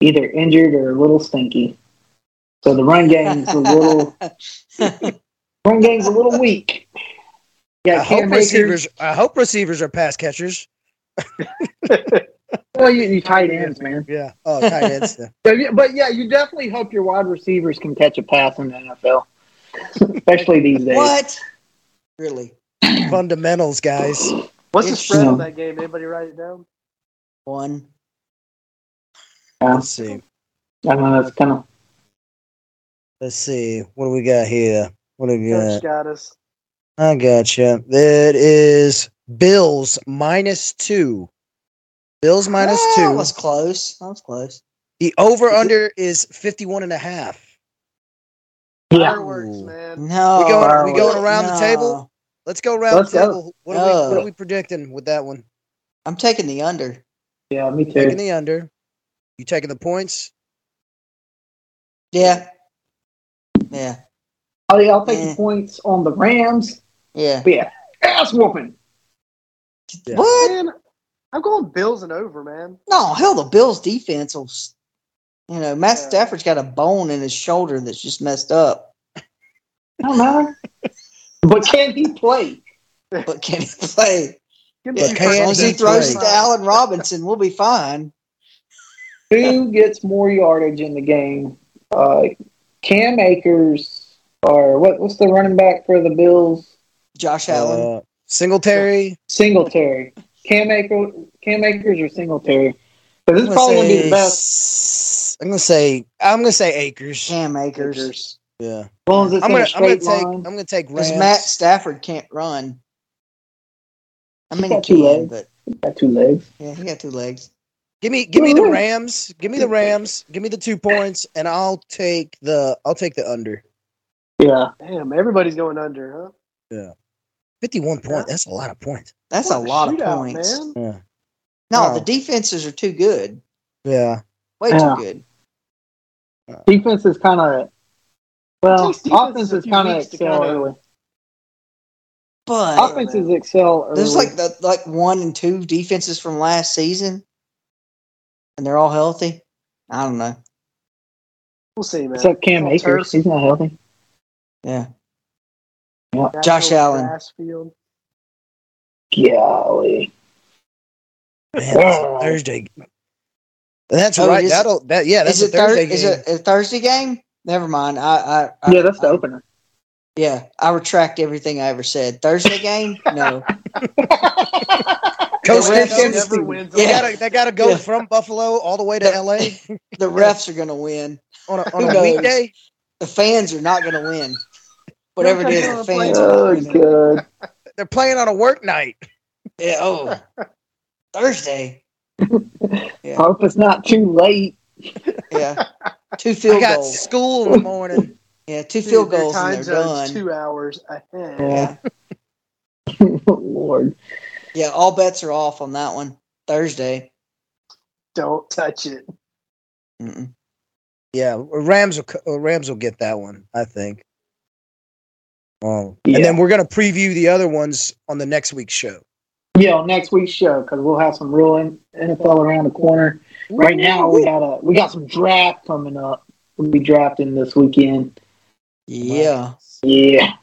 Speaker 1: either injured or a little stinky. So the run game's a little run game's a little weak.
Speaker 4: I
Speaker 1: Yeah,
Speaker 4: hope
Speaker 1: Cam Akers.
Speaker 4: receivers. I hope receivers are pass catchers.
Speaker 1: Well, Oh, you, you tight ends, man.
Speaker 4: Yeah. Oh, tight ends.
Speaker 1: But yeah- But yeah, you definitely hope your wide receivers can catch a pass in the NFL, especially these days.
Speaker 2: What? Really?
Speaker 4: Fundamentals, guys.
Speaker 3: What's the
Speaker 2: It's-
Speaker 3: spread on that game? Anybody write it down?
Speaker 2: One.
Speaker 1: Yeah,
Speaker 4: Let's see.
Speaker 1: I don't know. That's kind of
Speaker 4: Let's see. What do we got here? What do we
Speaker 3: Coach
Speaker 4: got?
Speaker 3: got us.
Speaker 4: I gotcha. That is Bills minus two Bills minus
Speaker 1: Ah,
Speaker 2: Well,
Speaker 4: two.
Speaker 2: That was close. That was close.
Speaker 4: The over under is 51 and a half.
Speaker 3: Fireworks,
Speaker 1: Uh,
Speaker 4: Ooh.
Speaker 3: man.
Speaker 2: No.
Speaker 4: we going, we
Speaker 1: wow.
Speaker 4: going around the
Speaker 2: No.
Speaker 4: table? Let's go around
Speaker 1: Let's
Speaker 4: the
Speaker 1: go.
Speaker 4: table. What, are we, what
Speaker 2: No.
Speaker 4: are we predicting with that one?
Speaker 2: I'm taking the under.
Speaker 1: Yeah, me
Speaker 4: Taking
Speaker 1: too.
Speaker 4: the under. You taking the points?
Speaker 2: Yeah. Yeah.
Speaker 1: I'll, I'll take the
Speaker 2: Eh.
Speaker 1: points on the Rams.
Speaker 2: Yeah.
Speaker 1: But yeah, ass whooping.
Speaker 4: Yeah.
Speaker 2: What?
Speaker 3: Man, I'm going Bills and over, man.
Speaker 2: No, hell, the Bills defense will. s- You know, Matt
Speaker 3: Yeah.
Speaker 2: Stafford's got a bone in his shoulder that's just messed up.
Speaker 1: I don't know. but can he play?
Speaker 2: But can he play?
Speaker 3: Give me
Speaker 2: Yeah,
Speaker 4: But
Speaker 3: two
Speaker 4: can
Speaker 2: as long as
Speaker 3: first
Speaker 4: they
Speaker 2: he
Speaker 3: and
Speaker 2: throws
Speaker 3: two
Speaker 2: it
Speaker 4: play?
Speaker 2: to Allen Robinson, we'll be fine.
Speaker 1: Who gets more yardage in the game? Uh, Cam Akers or what? What's the running back for the Bills?
Speaker 2: Josh Allen.
Speaker 4: Uh, Singletary.
Speaker 1: Singletary. Cam Akers, Cam Akers or Singletary? Because
Speaker 4: I'm
Speaker 1: it's
Speaker 4: gonna
Speaker 1: probably going to be the
Speaker 4: say.
Speaker 1: best.
Speaker 4: s- I'm gonna say. I'm gonna say Acres.
Speaker 2: Cam Akers.
Speaker 1: Akers.
Speaker 4: Yeah.
Speaker 1: As long as it's
Speaker 4: I'm
Speaker 1: in a
Speaker 4: gonna. I'm gonna
Speaker 1: straight
Speaker 4: take. I'm
Speaker 1: line.
Speaker 4: gonna take
Speaker 2: Because
Speaker 4: Rams.
Speaker 2: Matt Stafford can't run. I mean, he
Speaker 1: got two
Speaker 2: can,
Speaker 1: legs.
Speaker 2: but
Speaker 1: Got two legs.
Speaker 2: yeah, he got two legs.
Speaker 4: Give me. Give me the
Speaker 1: Ooh.
Speaker 4: Rams. Give me the Rams. Give me the two points, and I'll take the. I'll take the under.
Speaker 1: Yeah.
Speaker 3: Damn, everybody's going under, huh?
Speaker 4: Fifty-one point. That's a lot of points.
Speaker 2: That's
Speaker 3: What
Speaker 2: a lot
Speaker 3: shootout,
Speaker 2: of points.
Speaker 3: man.
Speaker 4: Yeah.
Speaker 2: No,
Speaker 1: Oh.
Speaker 4: Wow.
Speaker 2: the defenses are too good.
Speaker 4: Yeah.
Speaker 2: Way
Speaker 1: Yeah.
Speaker 2: too good.
Speaker 1: Defense is kind of well.
Speaker 3: takes defense
Speaker 1: Offense
Speaker 3: a
Speaker 1: is
Speaker 3: few
Speaker 1: kind of
Speaker 3: weeks to
Speaker 1: excel
Speaker 3: kinda-
Speaker 1: early.
Speaker 2: But
Speaker 1: Offenses excel early.
Speaker 2: there's like the like one and two defenses from last season, and they're all healthy. I don't know.
Speaker 3: We'll see, man.
Speaker 1: except Cam
Speaker 3: It's all
Speaker 1: Akers.
Speaker 3: turf,
Speaker 1: He's not healthy.
Speaker 2: Yeah, Josh
Speaker 3: natural
Speaker 2: Allen.
Speaker 3: grass field.
Speaker 1: Golly.
Speaker 4: Man, that's a
Speaker 1: Wow.
Speaker 4: Thursday. That's
Speaker 2: Oh, it
Speaker 4: right.
Speaker 2: is-
Speaker 4: That'll. That yeah. That's
Speaker 2: is
Speaker 4: a
Speaker 2: it Thursday?
Speaker 4: Thursday
Speaker 2: Is
Speaker 4: game.
Speaker 2: it a Thursday game? Never mind. I, I, I
Speaker 1: yeah, that's the
Speaker 2: I-
Speaker 1: opener.
Speaker 2: Yeah, I retract everything I ever said. Thursday game? No.
Speaker 4: Coast
Speaker 2: The
Speaker 4: to
Speaker 2: Rams
Speaker 4: Kansas
Speaker 3: never
Speaker 4: City.
Speaker 3: wins
Speaker 4: They
Speaker 2: Yeah.
Speaker 4: gotta, they gotta go
Speaker 2: Yeah.
Speaker 4: from Buffalo all the way to
Speaker 2: The-
Speaker 4: LA
Speaker 2: The refs are going to win.
Speaker 4: on a,
Speaker 2: Who
Speaker 4: on a
Speaker 2: knows?
Speaker 4: weekday.
Speaker 2: The fans are not going to win. Whatever it is, the fans are not
Speaker 1: Oh
Speaker 2: winning.
Speaker 1: god.
Speaker 4: They're playing on a work night.
Speaker 2: Yeah, oh, Thursday. Yeah,
Speaker 1: Hope it's not too late.
Speaker 2: yeah. Two
Speaker 4: I
Speaker 2: field
Speaker 4: got
Speaker 2: goals.
Speaker 4: school in the morning.
Speaker 2: Yeah, two
Speaker 3: Dude,
Speaker 2: field
Speaker 3: their
Speaker 2: goals
Speaker 3: time
Speaker 2: and they're
Speaker 3: zone's
Speaker 2: done.
Speaker 3: Two hours ahead.
Speaker 2: Yeah,
Speaker 1: Oh, Lord.
Speaker 2: yeah. All bets are off on that one. Thursday.
Speaker 3: Don't touch it.
Speaker 2: Mm-mm.
Speaker 4: Yeah, Rams will co- Rams will get that one, I think. Um,
Speaker 1: Yeah.
Speaker 4: And then we're gonna preview the other ones on the next week's show.
Speaker 1: Yeah, on next week's show because we'll have some real N- NFL around the corner. Right now we got a we got some draft coming up. We'll be drafting this weekend.
Speaker 2: Yeah.
Speaker 1: Yeah.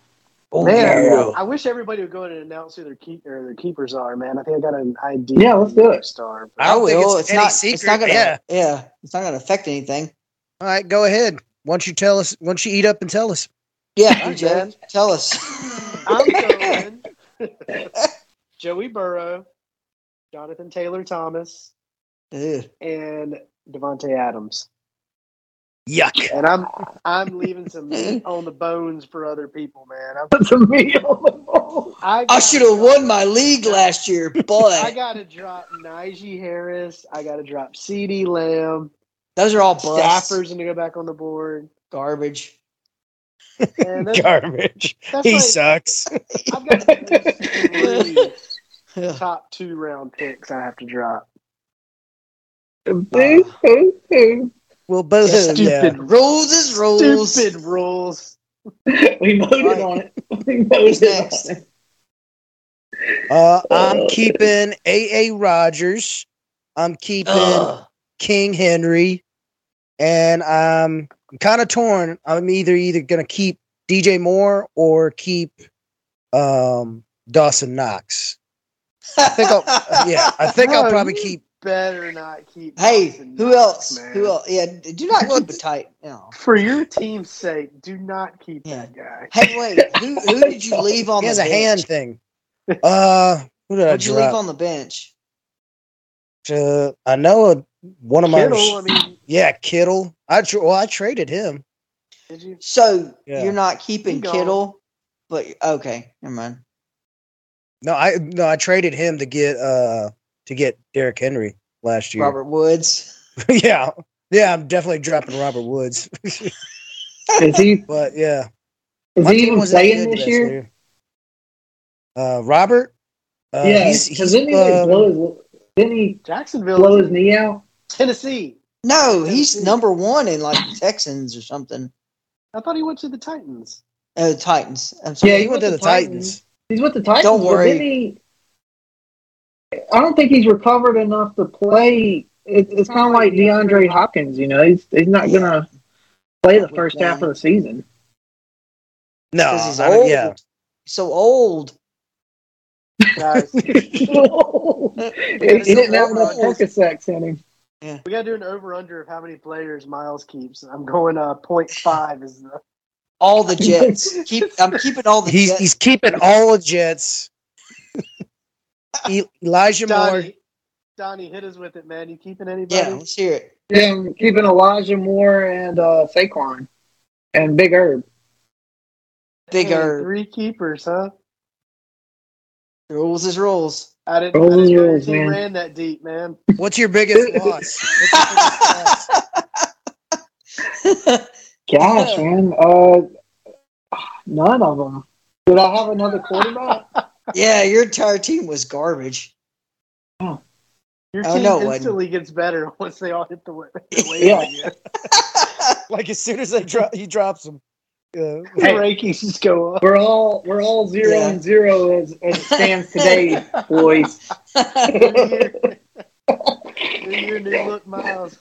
Speaker 2: Oh,
Speaker 3: Man,
Speaker 2: yeah.
Speaker 3: I wish everybody would go in and announce who their keep or their keepers are, man. I think I got an idea.
Speaker 1: Yeah, let's do it.
Speaker 3: Star.
Speaker 4: I don't think it's any
Speaker 2: not. Oh, It's
Speaker 4: secret.
Speaker 2: not gonna.
Speaker 4: Yeah.
Speaker 2: yeah. It's not gonna affect anything.
Speaker 4: All right, go ahead. Once you tell us, once you eat up and tell us.
Speaker 2: Yeah,
Speaker 3: All right,
Speaker 2: DJ,
Speaker 3: man.
Speaker 2: tell us.
Speaker 3: I'm going Joey Burrow, Jonathan Taylor Thomas,
Speaker 2: Ew.
Speaker 3: and Devonte Adams.
Speaker 4: Yuck.
Speaker 3: And I'm I'm leaving some meat on the bones for other people, man. I'm,
Speaker 1: Put some meat on the bone.
Speaker 3: I,
Speaker 2: I
Speaker 3: gotta
Speaker 2: should have
Speaker 3: drop-
Speaker 2: won my league last year,
Speaker 3: I
Speaker 2: but
Speaker 3: gotta drop Najee Harris. I gotta drop Ceedee Lamb.
Speaker 2: those are all busts.
Speaker 3: Stafford's gonna go back on the board.
Speaker 2: garbage.
Speaker 3: And that's,
Speaker 4: Garbage.
Speaker 3: that's
Speaker 4: He
Speaker 3: like-
Speaker 4: sucks.
Speaker 3: I've got at least three top two round picks I have to drop.
Speaker 1: Boo, boo, boo.
Speaker 4: Well, both of them. Yeah.
Speaker 3: Stupid,
Speaker 2: Rules is rules.
Speaker 3: stupid rules.
Speaker 1: We voted
Speaker 2: Right.
Speaker 1: on it. We voted
Speaker 2: next?
Speaker 1: on it.
Speaker 4: Uh, I'm keeping A.A. Rogers. I'm keeping
Speaker 2: Ugh.
Speaker 4: King Henry. And I'm, I'm kind of torn. I'm either either going to keep DJ Moore or keep um, Dawson Knox. I think I'll, yeah, I think I'll
Speaker 3: No,
Speaker 4: probably
Speaker 3: you-
Speaker 4: keep.
Speaker 3: Better not keep.
Speaker 2: hey,
Speaker 3: Dawson
Speaker 2: who
Speaker 3: Knox,
Speaker 2: else?
Speaker 3: man.
Speaker 2: Who else? Yeah, d- do not keep it tight. No.
Speaker 3: For your team's sake, do not keep that guy.
Speaker 2: Hey, wait. Who, who did you leave on
Speaker 4: He
Speaker 2: the
Speaker 4: has a
Speaker 2: bench?
Speaker 4: hand thing. Uh, who did I
Speaker 2: Who'd you leave
Speaker 4: drop?
Speaker 2: on the bench?
Speaker 4: Uh, I know a, one of
Speaker 3: Kittle, I
Speaker 4: my.
Speaker 3: mean,
Speaker 4: Yeah, Kittle. I tr- well, I traded him.
Speaker 3: did you?
Speaker 2: So
Speaker 4: Yeah.
Speaker 2: you're not keeping
Speaker 3: He gone.
Speaker 2: Kittle, but okay, never mind.
Speaker 4: No, I no, I traded him to get uh to get Derrick Henry. last year.
Speaker 2: Robert Woods.
Speaker 4: yeah, yeah, I'm definitely dropping Robert Woods.
Speaker 1: Is he
Speaker 4: But yeah,
Speaker 1: is
Speaker 4: My
Speaker 1: he
Speaker 4: team
Speaker 1: even
Speaker 4: wasn't
Speaker 1: playing
Speaker 4: good
Speaker 1: this
Speaker 4: last
Speaker 1: year?
Speaker 4: Uh, Robert. Uh,
Speaker 1: yeah,
Speaker 4: he's-
Speaker 1: because
Speaker 4: he's,
Speaker 1: didn't he
Speaker 4: uh,
Speaker 1: like, blow his didn't he
Speaker 3: Jacksonville,
Speaker 1: blow his knee out?
Speaker 3: Tennessee.
Speaker 2: No, he's
Speaker 3: Tennessee.
Speaker 2: number one in like the Texans or something.
Speaker 3: I thought he went to the Titans.
Speaker 2: Oh, the Titans. I'm sorry.
Speaker 4: yeah, he went to the Titans.
Speaker 1: He's with the Titans.
Speaker 2: Don't
Speaker 1: but
Speaker 2: worry.
Speaker 1: didn't he, I don't think he's recovered enough to play. It, it's kind of like DeAndre Hopkins. You know, he's he's not gonna play the first half of the season.
Speaker 4: No,
Speaker 2: 'Cause he's
Speaker 4: I don't-
Speaker 2: old.
Speaker 4: yeah,
Speaker 2: so old.
Speaker 3: Guys,
Speaker 1: he
Speaker 2: gotta
Speaker 1: he didn't have enough Percocets in him.
Speaker 3: we got to do an over under of how many players Miles keeps. I'm going uh, 0.5 is the.
Speaker 2: All the Jets. Keep. I'm keeping all the
Speaker 4: he's
Speaker 2: Jets.
Speaker 4: he's keeping all the Jets. E- Elijah Moore.
Speaker 3: Donnie, Donnie, hit us with it, man. You keeping
Speaker 2: yeah,
Speaker 3: anybody?
Speaker 2: let's hear it.
Speaker 1: Yeah, I'm keeping Elijah Moore and uh, Saquon and Big Herb.
Speaker 2: Big
Speaker 3: Hey,
Speaker 2: Herb.
Speaker 3: Three keepers, huh?
Speaker 2: Rules is rules.
Speaker 3: I didn't,
Speaker 1: Roll
Speaker 3: I didn't
Speaker 1: the
Speaker 3: know your
Speaker 1: rolls,
Speaker 3: team
Speaker 1: man.
Speaker 3: ran that deep, man.
Speaker 4: What's your biggest loss?
Speaker 1: Gosh, man, uh, none of them. Did I have another quarterback?
Speaker 2: yeah, your entire team was garbage.
Speaker 3: Your
Speaker 2: Oh,
Speaker 3: team
Speaker 2: no, it wasn't.
Speaker 3: instantly gets better once they all hit the, wa- the wave
Speaker 1: Yeah.
Speaker 3: again.
Speaker 4: like as soon as they drop, he drops him. Uh,
Speaker 3: The
Speaker 1: Hey.
Speaker 3: rankings just go up.
Speaker 1: We're all we're all zero
Speaker 2: Yeah.
Speaker 1: and zero as, as it stands today, boys.
Speaker 3: New year, new, year, new look, Miles.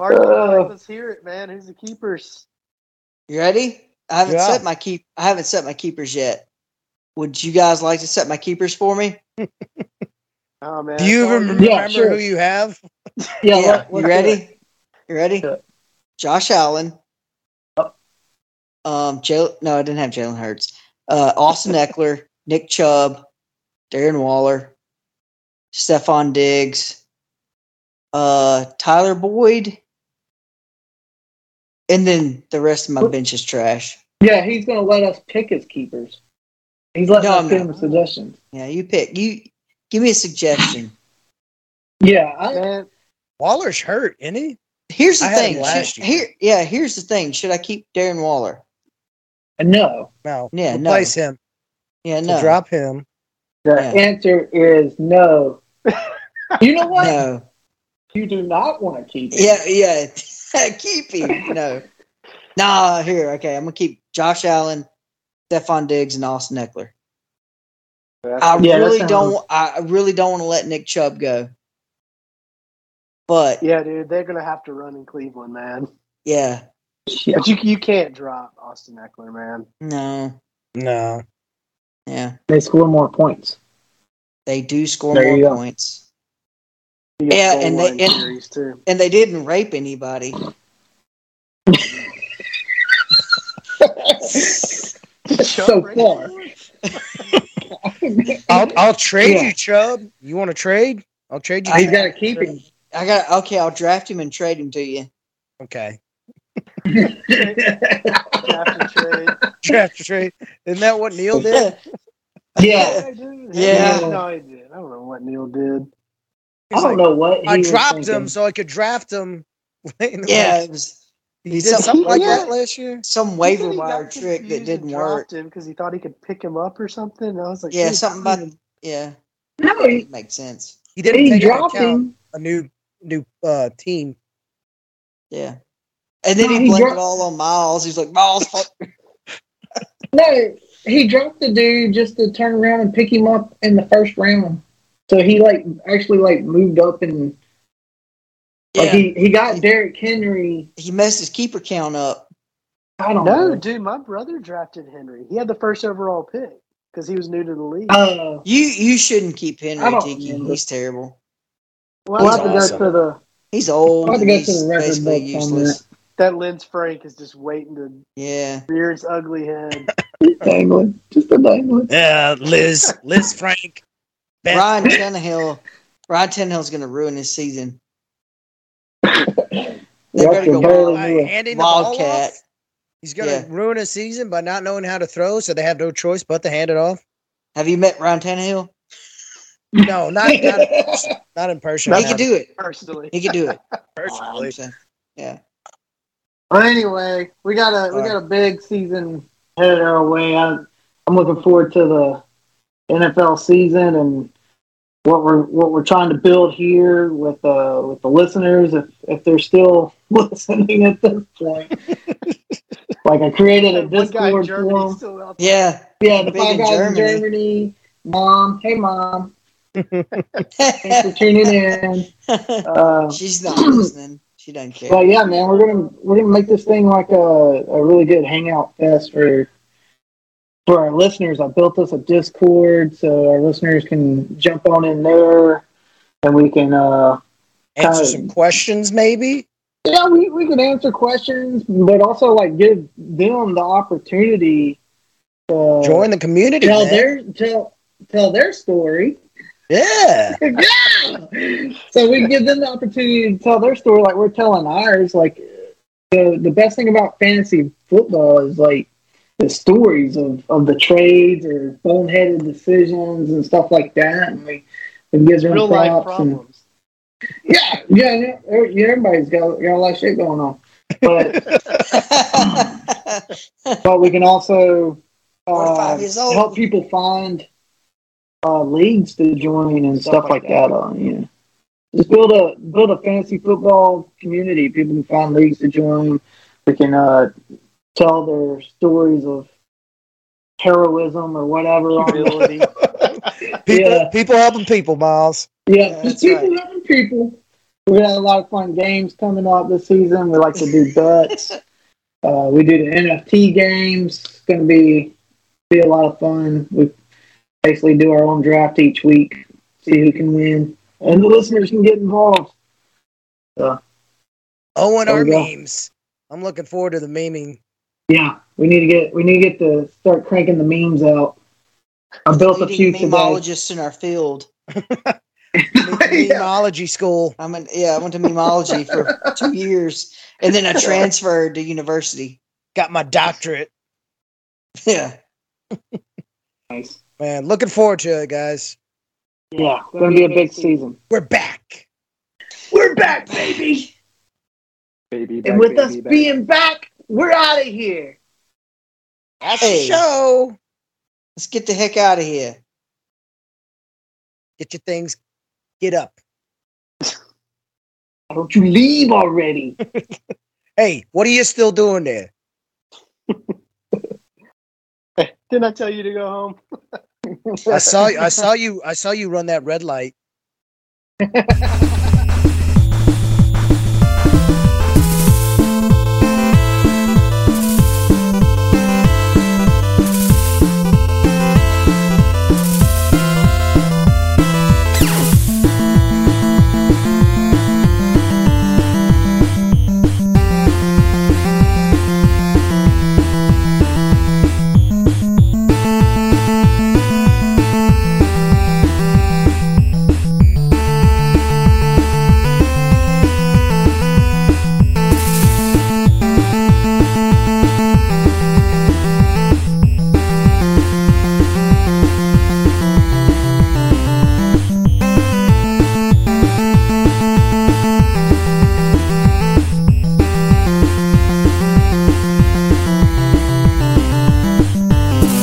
Speaker 3: Mark,
Speaker 1: Uh.
Speaker 3: let's hear it, man. Who's the keepers?
Speaker 2: you ready? I haven't
Speaker 4: Yeah.
Speaker 2: set my keep. I haven't set my keepers yet. Would you guys like to set my keepers for me?
Speaker 3: Oh man,
Speaker 4: do you
Speaker 3: that's all
Speaker 4: even remember
Speaker 1: Yeah, sure.
Speaker 4: who you have?
Speaker 1: Yeah, let-
Speaker 2: you
Speaker 1: let's do it.
Speaker 2: ready? You ready?
Speaker 1: Yeah.
Speaker 2: Josh Allen.
Speaker 1: Yep.
Speaker 2: Um, Jalen. No, I didn't have Jalen Hurts. Uh, Austin Eckler, Nick Chubb, Darren Waller, Stephon Diggs, uh, Tyler Boyd, and then the rest of my bench is trash.
Speaker 1: Yeah, he's gonna let us pick his keepers. He's letting
Speaker 2: No,
Speaker 1: us
Speaker 2: I'm
Speaker 1: give
Speaker 2: not.
Speaker 1: him suggestions.
Speaker 2: Yeah, you pick. You give me a suggestion.
Speaker 1: Yeah, I,
Speaker 3: man.
Speaker 4: Waller's hurt, isn't he?
Speaker 2: Here's the
Speaker 4: I had him
Speaker 2: thing.
Speaker 4: last
Speaker 2: Should-
Speaker 4: year.
Speaker 2: here, yeah, here's the thing. Should I keep Darren Waller?
Speaker 1: no.
Speaker 4: No.
Speaker 2: Yeah, no.
Speaker 4: Replace him.
Speaker 2: Yeah, no,
Speaker 4: Drop him.
Speaker 1: The
Speaker 2: Yeah.
Speaker 1: answer is no. you know what?
Speaker 2: no.
Speaker 1: You do not want to keep. him.
Speaker 2: Yeah, yeah. keep him. No. Nah, here. Okay. I'm going to keep Josh Allen, Stephon Diggs, and Austin Eckler. I
Speaker 1: Yeah, that
Speaker 2: really
Speaker 1: sounds-
Speaker 2: don't I really don't want to let Nick Chubb go. But
Speaker 3: yeah, dude, they're gonna have to run in Cleveland, man.
Speaker 2: yeah,
Speaker 1: Yeah.
Speaker 3: But you you can't drop Austin Eckler, man.
Speaker 2: no.
Speaker 4: No.
Speaker 2: Yeah.
Speaker 1: They score more points.
Speaker 2: They do score
Speaker 1: There you
Speaker 2: more
Speaker 1: go.
Speaker 2: points.
Speaker 3: You got
Speaker 2: Yeah,
Speaker 3: goal
Speaker 2: and they-
Speaker 3: line
Speaker 2: and-
Speaker 3: injuries, too.
Speaker 2: And they didn't rape anybody.
Speaker 1: so
Speaker 3: Chubb
Speaker 1: far.
Speaker 4: I'll I'll trade
Speaker 1: Yeah.
Speaker 4: you, Chubb. You want to trade? I'll trade you.
Speaker 1: He's got to keep him.
Speaker 2: I got okay, I'll draft him and trade him to you.
Speaker 4: okay.
Speaker 3: Draft and trade.
Speaker 4: Draft or trade. Isn't that what Neil did?
Speaker 2: Yeah.
Speaker 1: yeah,
Speaker 3: I did.
Speaker 2: Yeah.
Speaker 3: Oh, No, I did. I don't know what Neil did.
Speaker 1: I
Speaker 4: He's
Speaker 1: don't
Speaker 4: like,
Speaker 1: know what he
Speaker 4: I
Speaker 1: was
Speaker 4: dropped
Speaker 1: thinking.
Speaker 4: him so I could draft him.
Speaker 2: Yeah, it was
Speaker 4: He
Speaker 2: He's
Speaker 4: did
Speaker 2: a-
Speaker 4: something like
Speaker 3: Yeah.
Speaker 4: that last year.
Speaker 2: some
Speaker 3: He said
Speaker 2: waiver
Speaker 3: he got
Speaker 2: wire trick that
Speaker 3: confused
Speaker 2: didn't
Speaker 3: and
Speaker 2: work.
Speaker 3: dropped him because he thought he could pick him up or something. And I was like,
Speaker 2: Yeah,
Speaker 3: dude,
Speaker 2: something
Speaker 3: I don't
Speaker 2: about
Speaker 3: even-
Speaker 2: yeah,
Speaker 1: No, he,
Speaker 2: it makes sense.
Speaker 4: He didn't
Speaker 1: he
Speaker 4: take into
Speaker 1: dropped
Speaker 4: account
Speaker 1: him.
Speaker 4: a new new uh, team.
Speaker 2: Yeah. And then
Speaker 1: No,
Speaker 2: he
Speaker 1: he
Speaker 2: blamed
Speaker 1: dro-
Speaker 2: it all on Miles. He's like, Miles, fuck.
Speaker 1: No, he dropped the dude just to turn around and pick him up in the first round. So he like actually like moved up and like
Speaker 2: Yeah, he,
Speaker 1: he, he got Derrick Henry.
Speaker 2: messed his keeper count up.
Speaker 1: I don't
Speaker 3: No,
Speaker 1: know.
Speaker 3: dude, my brother drafted Henry. He had the first overall pick because he was new to the league.
Speaker 1: Uh,
Speaker 2: You you shouldn't keep
Speaker 1: I
Speaker 2: Henry
Speaker 1: don't
Speaker 2: Tiki.
Speaker 1: remember.
Speaker 2: He's terrible.
Speaker 1: we'll
Speaker 3: well,
Speaker 1: have to go
Speaker 4: awesome.
Speaker 1: to the
Speaker 2: He's old.
Speaker 1: I'll have to
Speaker 2: and
Speaker 1: go
Speaker 2: he's
Speaker 1: to the record
Speaker 2: basically
Speaker 1: books on
Speaker 2: useless.
Speaker 3: that Lens Frank is just waiting to
Speaker 2: Yeah.
Speaker 3: rear its ugly head.
Speaker 1: dangling, just a dangling.
Speaker 4: Yeah, Liz, Liz Frank. Ben-
Speaker 2: Ryan Tannehill. Ryan Tannehill's going to ruin his season. They better go
Speaker 1: barely
Speaker 4: by
Speaker 1: knew it.
Speaker 4: handing the ball
Speaker 2: Wildcat.
Speaker 4: off. He's gonna
Speaker 2: Yeah.
Speaker 4: ruin a season by not knowing how to throw, so they have no choice but to hand it off.
Speaker 2: Have you met Ryan Tannehill?
Speaker 4: No, not not, in person. not in person.
Speaker 2: He could do it.
Speaker 3: personally.
Speaker 2: He could do it.
Speaker 4: personally.
Speaker 2: yeah.
Speaker 1: Well, anyway, we got a we
Speaker 4: Alright.
Speaker 1: got a big season headed our way. I'm, I'm looking forward to the NFL season and what we're what we're trying to build here with uh with the listeners if if they're still listening at this point. like I created a
Speaker 3: And one guy in
Speaker 1: Discord
Speaker 3: Germany's
Speaker 1: forum.
Speaker 3: still out there.
Speaker 2: Yeah.
Speaker 1: Yeah, the
Speaker 2: Big
Speaker 1: five
Speaker 2: in
Speaker 1: guys in
Speaker 2: Germany.
Speaker 1: Germany. Mom, hey mom, thanks for tuning in. Uh,
Speaker 2: She's not listening. She doesn't care.
Speaker 1: But yeah, man, we're gonna we're gonna make this thing like a, a really good hangout fest for for our listeners. I built us a Discord so our listeners can jump on in there and we can uh
Speaker 4: Answer
Speaker 1: Uh,
Speaker 4: some questions, maybe.
Speaker 1: yeah, we, we can answer questions but also like give them the opportunity to
Speaker 4: Join the community.
Speaker 1: tell
Speaker 4: man.
Speaker 1: their tell tell their story.
Speaker 4: yeah.
Speaker 1: so we give them the opportunity to tell their story like we're telling ours like the the best thing about fantasy football is like the stories of, of the trades or boneheaded decisions and stuff like that and we it gives them
Speaker 3: Real life
Speaker 1: props and-
Speaker 3: problems.
Speaker 1: yeah yeah yeah, everybody's got got a lot of shit going on but but we can also
Speaker 2: Four to five
Speaker 1: uh,
Speaker 2: years old.
Speaker 1: help people find uh, leagues to join and stuff, like that. Uh, yeah, just build a build a fantasy football community. People can find leagues to join. We can uh, tell their stories of heroism or whatever. on-
Speaker 3: Humility.
Speaker 4: People,
Speaker 1: Yeah.
Speaker 4: people helping people, Miles.
Speaker 1: yeah,
Speaker 2: That's
Speaker 1: people
Speaker 2: right.
Speaker 1: helping people. We got a lot of fun games coming up this season. We like to do bets. uh, we do the NFT games. It's going to be be a lot of fun. We basically do our own draft each week, see who can win, and the listeners can get involved.
Speaker 4: Owen
Speaker 1: There
Speaker 4: our
Speaker 1: we go.
Speaker 4: memes. I'm looking forward to the memeing.
Speaker 1: Yeah, we need to get we need to get to start cranking the memes out. I built a few
Speaker 2: Leading
Speaker 1: today.
Speaker 2: memologists in our field.
Speaker 1: Yeah.
Speaker 4: Memology school.
Speaker 2: I'm an, yeah, I went to memology for two years, and then I transferred to university.
Speaker 4: Got my doctorate.
Speaker 2: Yeah,
Speaker 1: Nice.
Speaker 4: Man, looking forward to it, guys.
Speaker 1: Yeah, it's going to be a big season.
Speaker 4: We're back.
Speaker 1: We're back, baby,
Speaker 3: baby, back,
Speaker 1: and with
Speaker 3: baby,
Speaker 1: us
Speaker 3: back.
Speaker 1: being back, we're out of here.
Speaker 4: That's
Speaker 2: Hey.
Speaker 4: the show.
Speaker 2: let's get the heck out of here.
Speaker 4: Get your things. Get up.
Speaker 1: Why Don't you leave already?
Speaker 4: Hey, what are you still doing there?
Speaker 3: Didn't I tell you to go home?
Speaker 4: I saw you. I saw you. I saw you run that red light.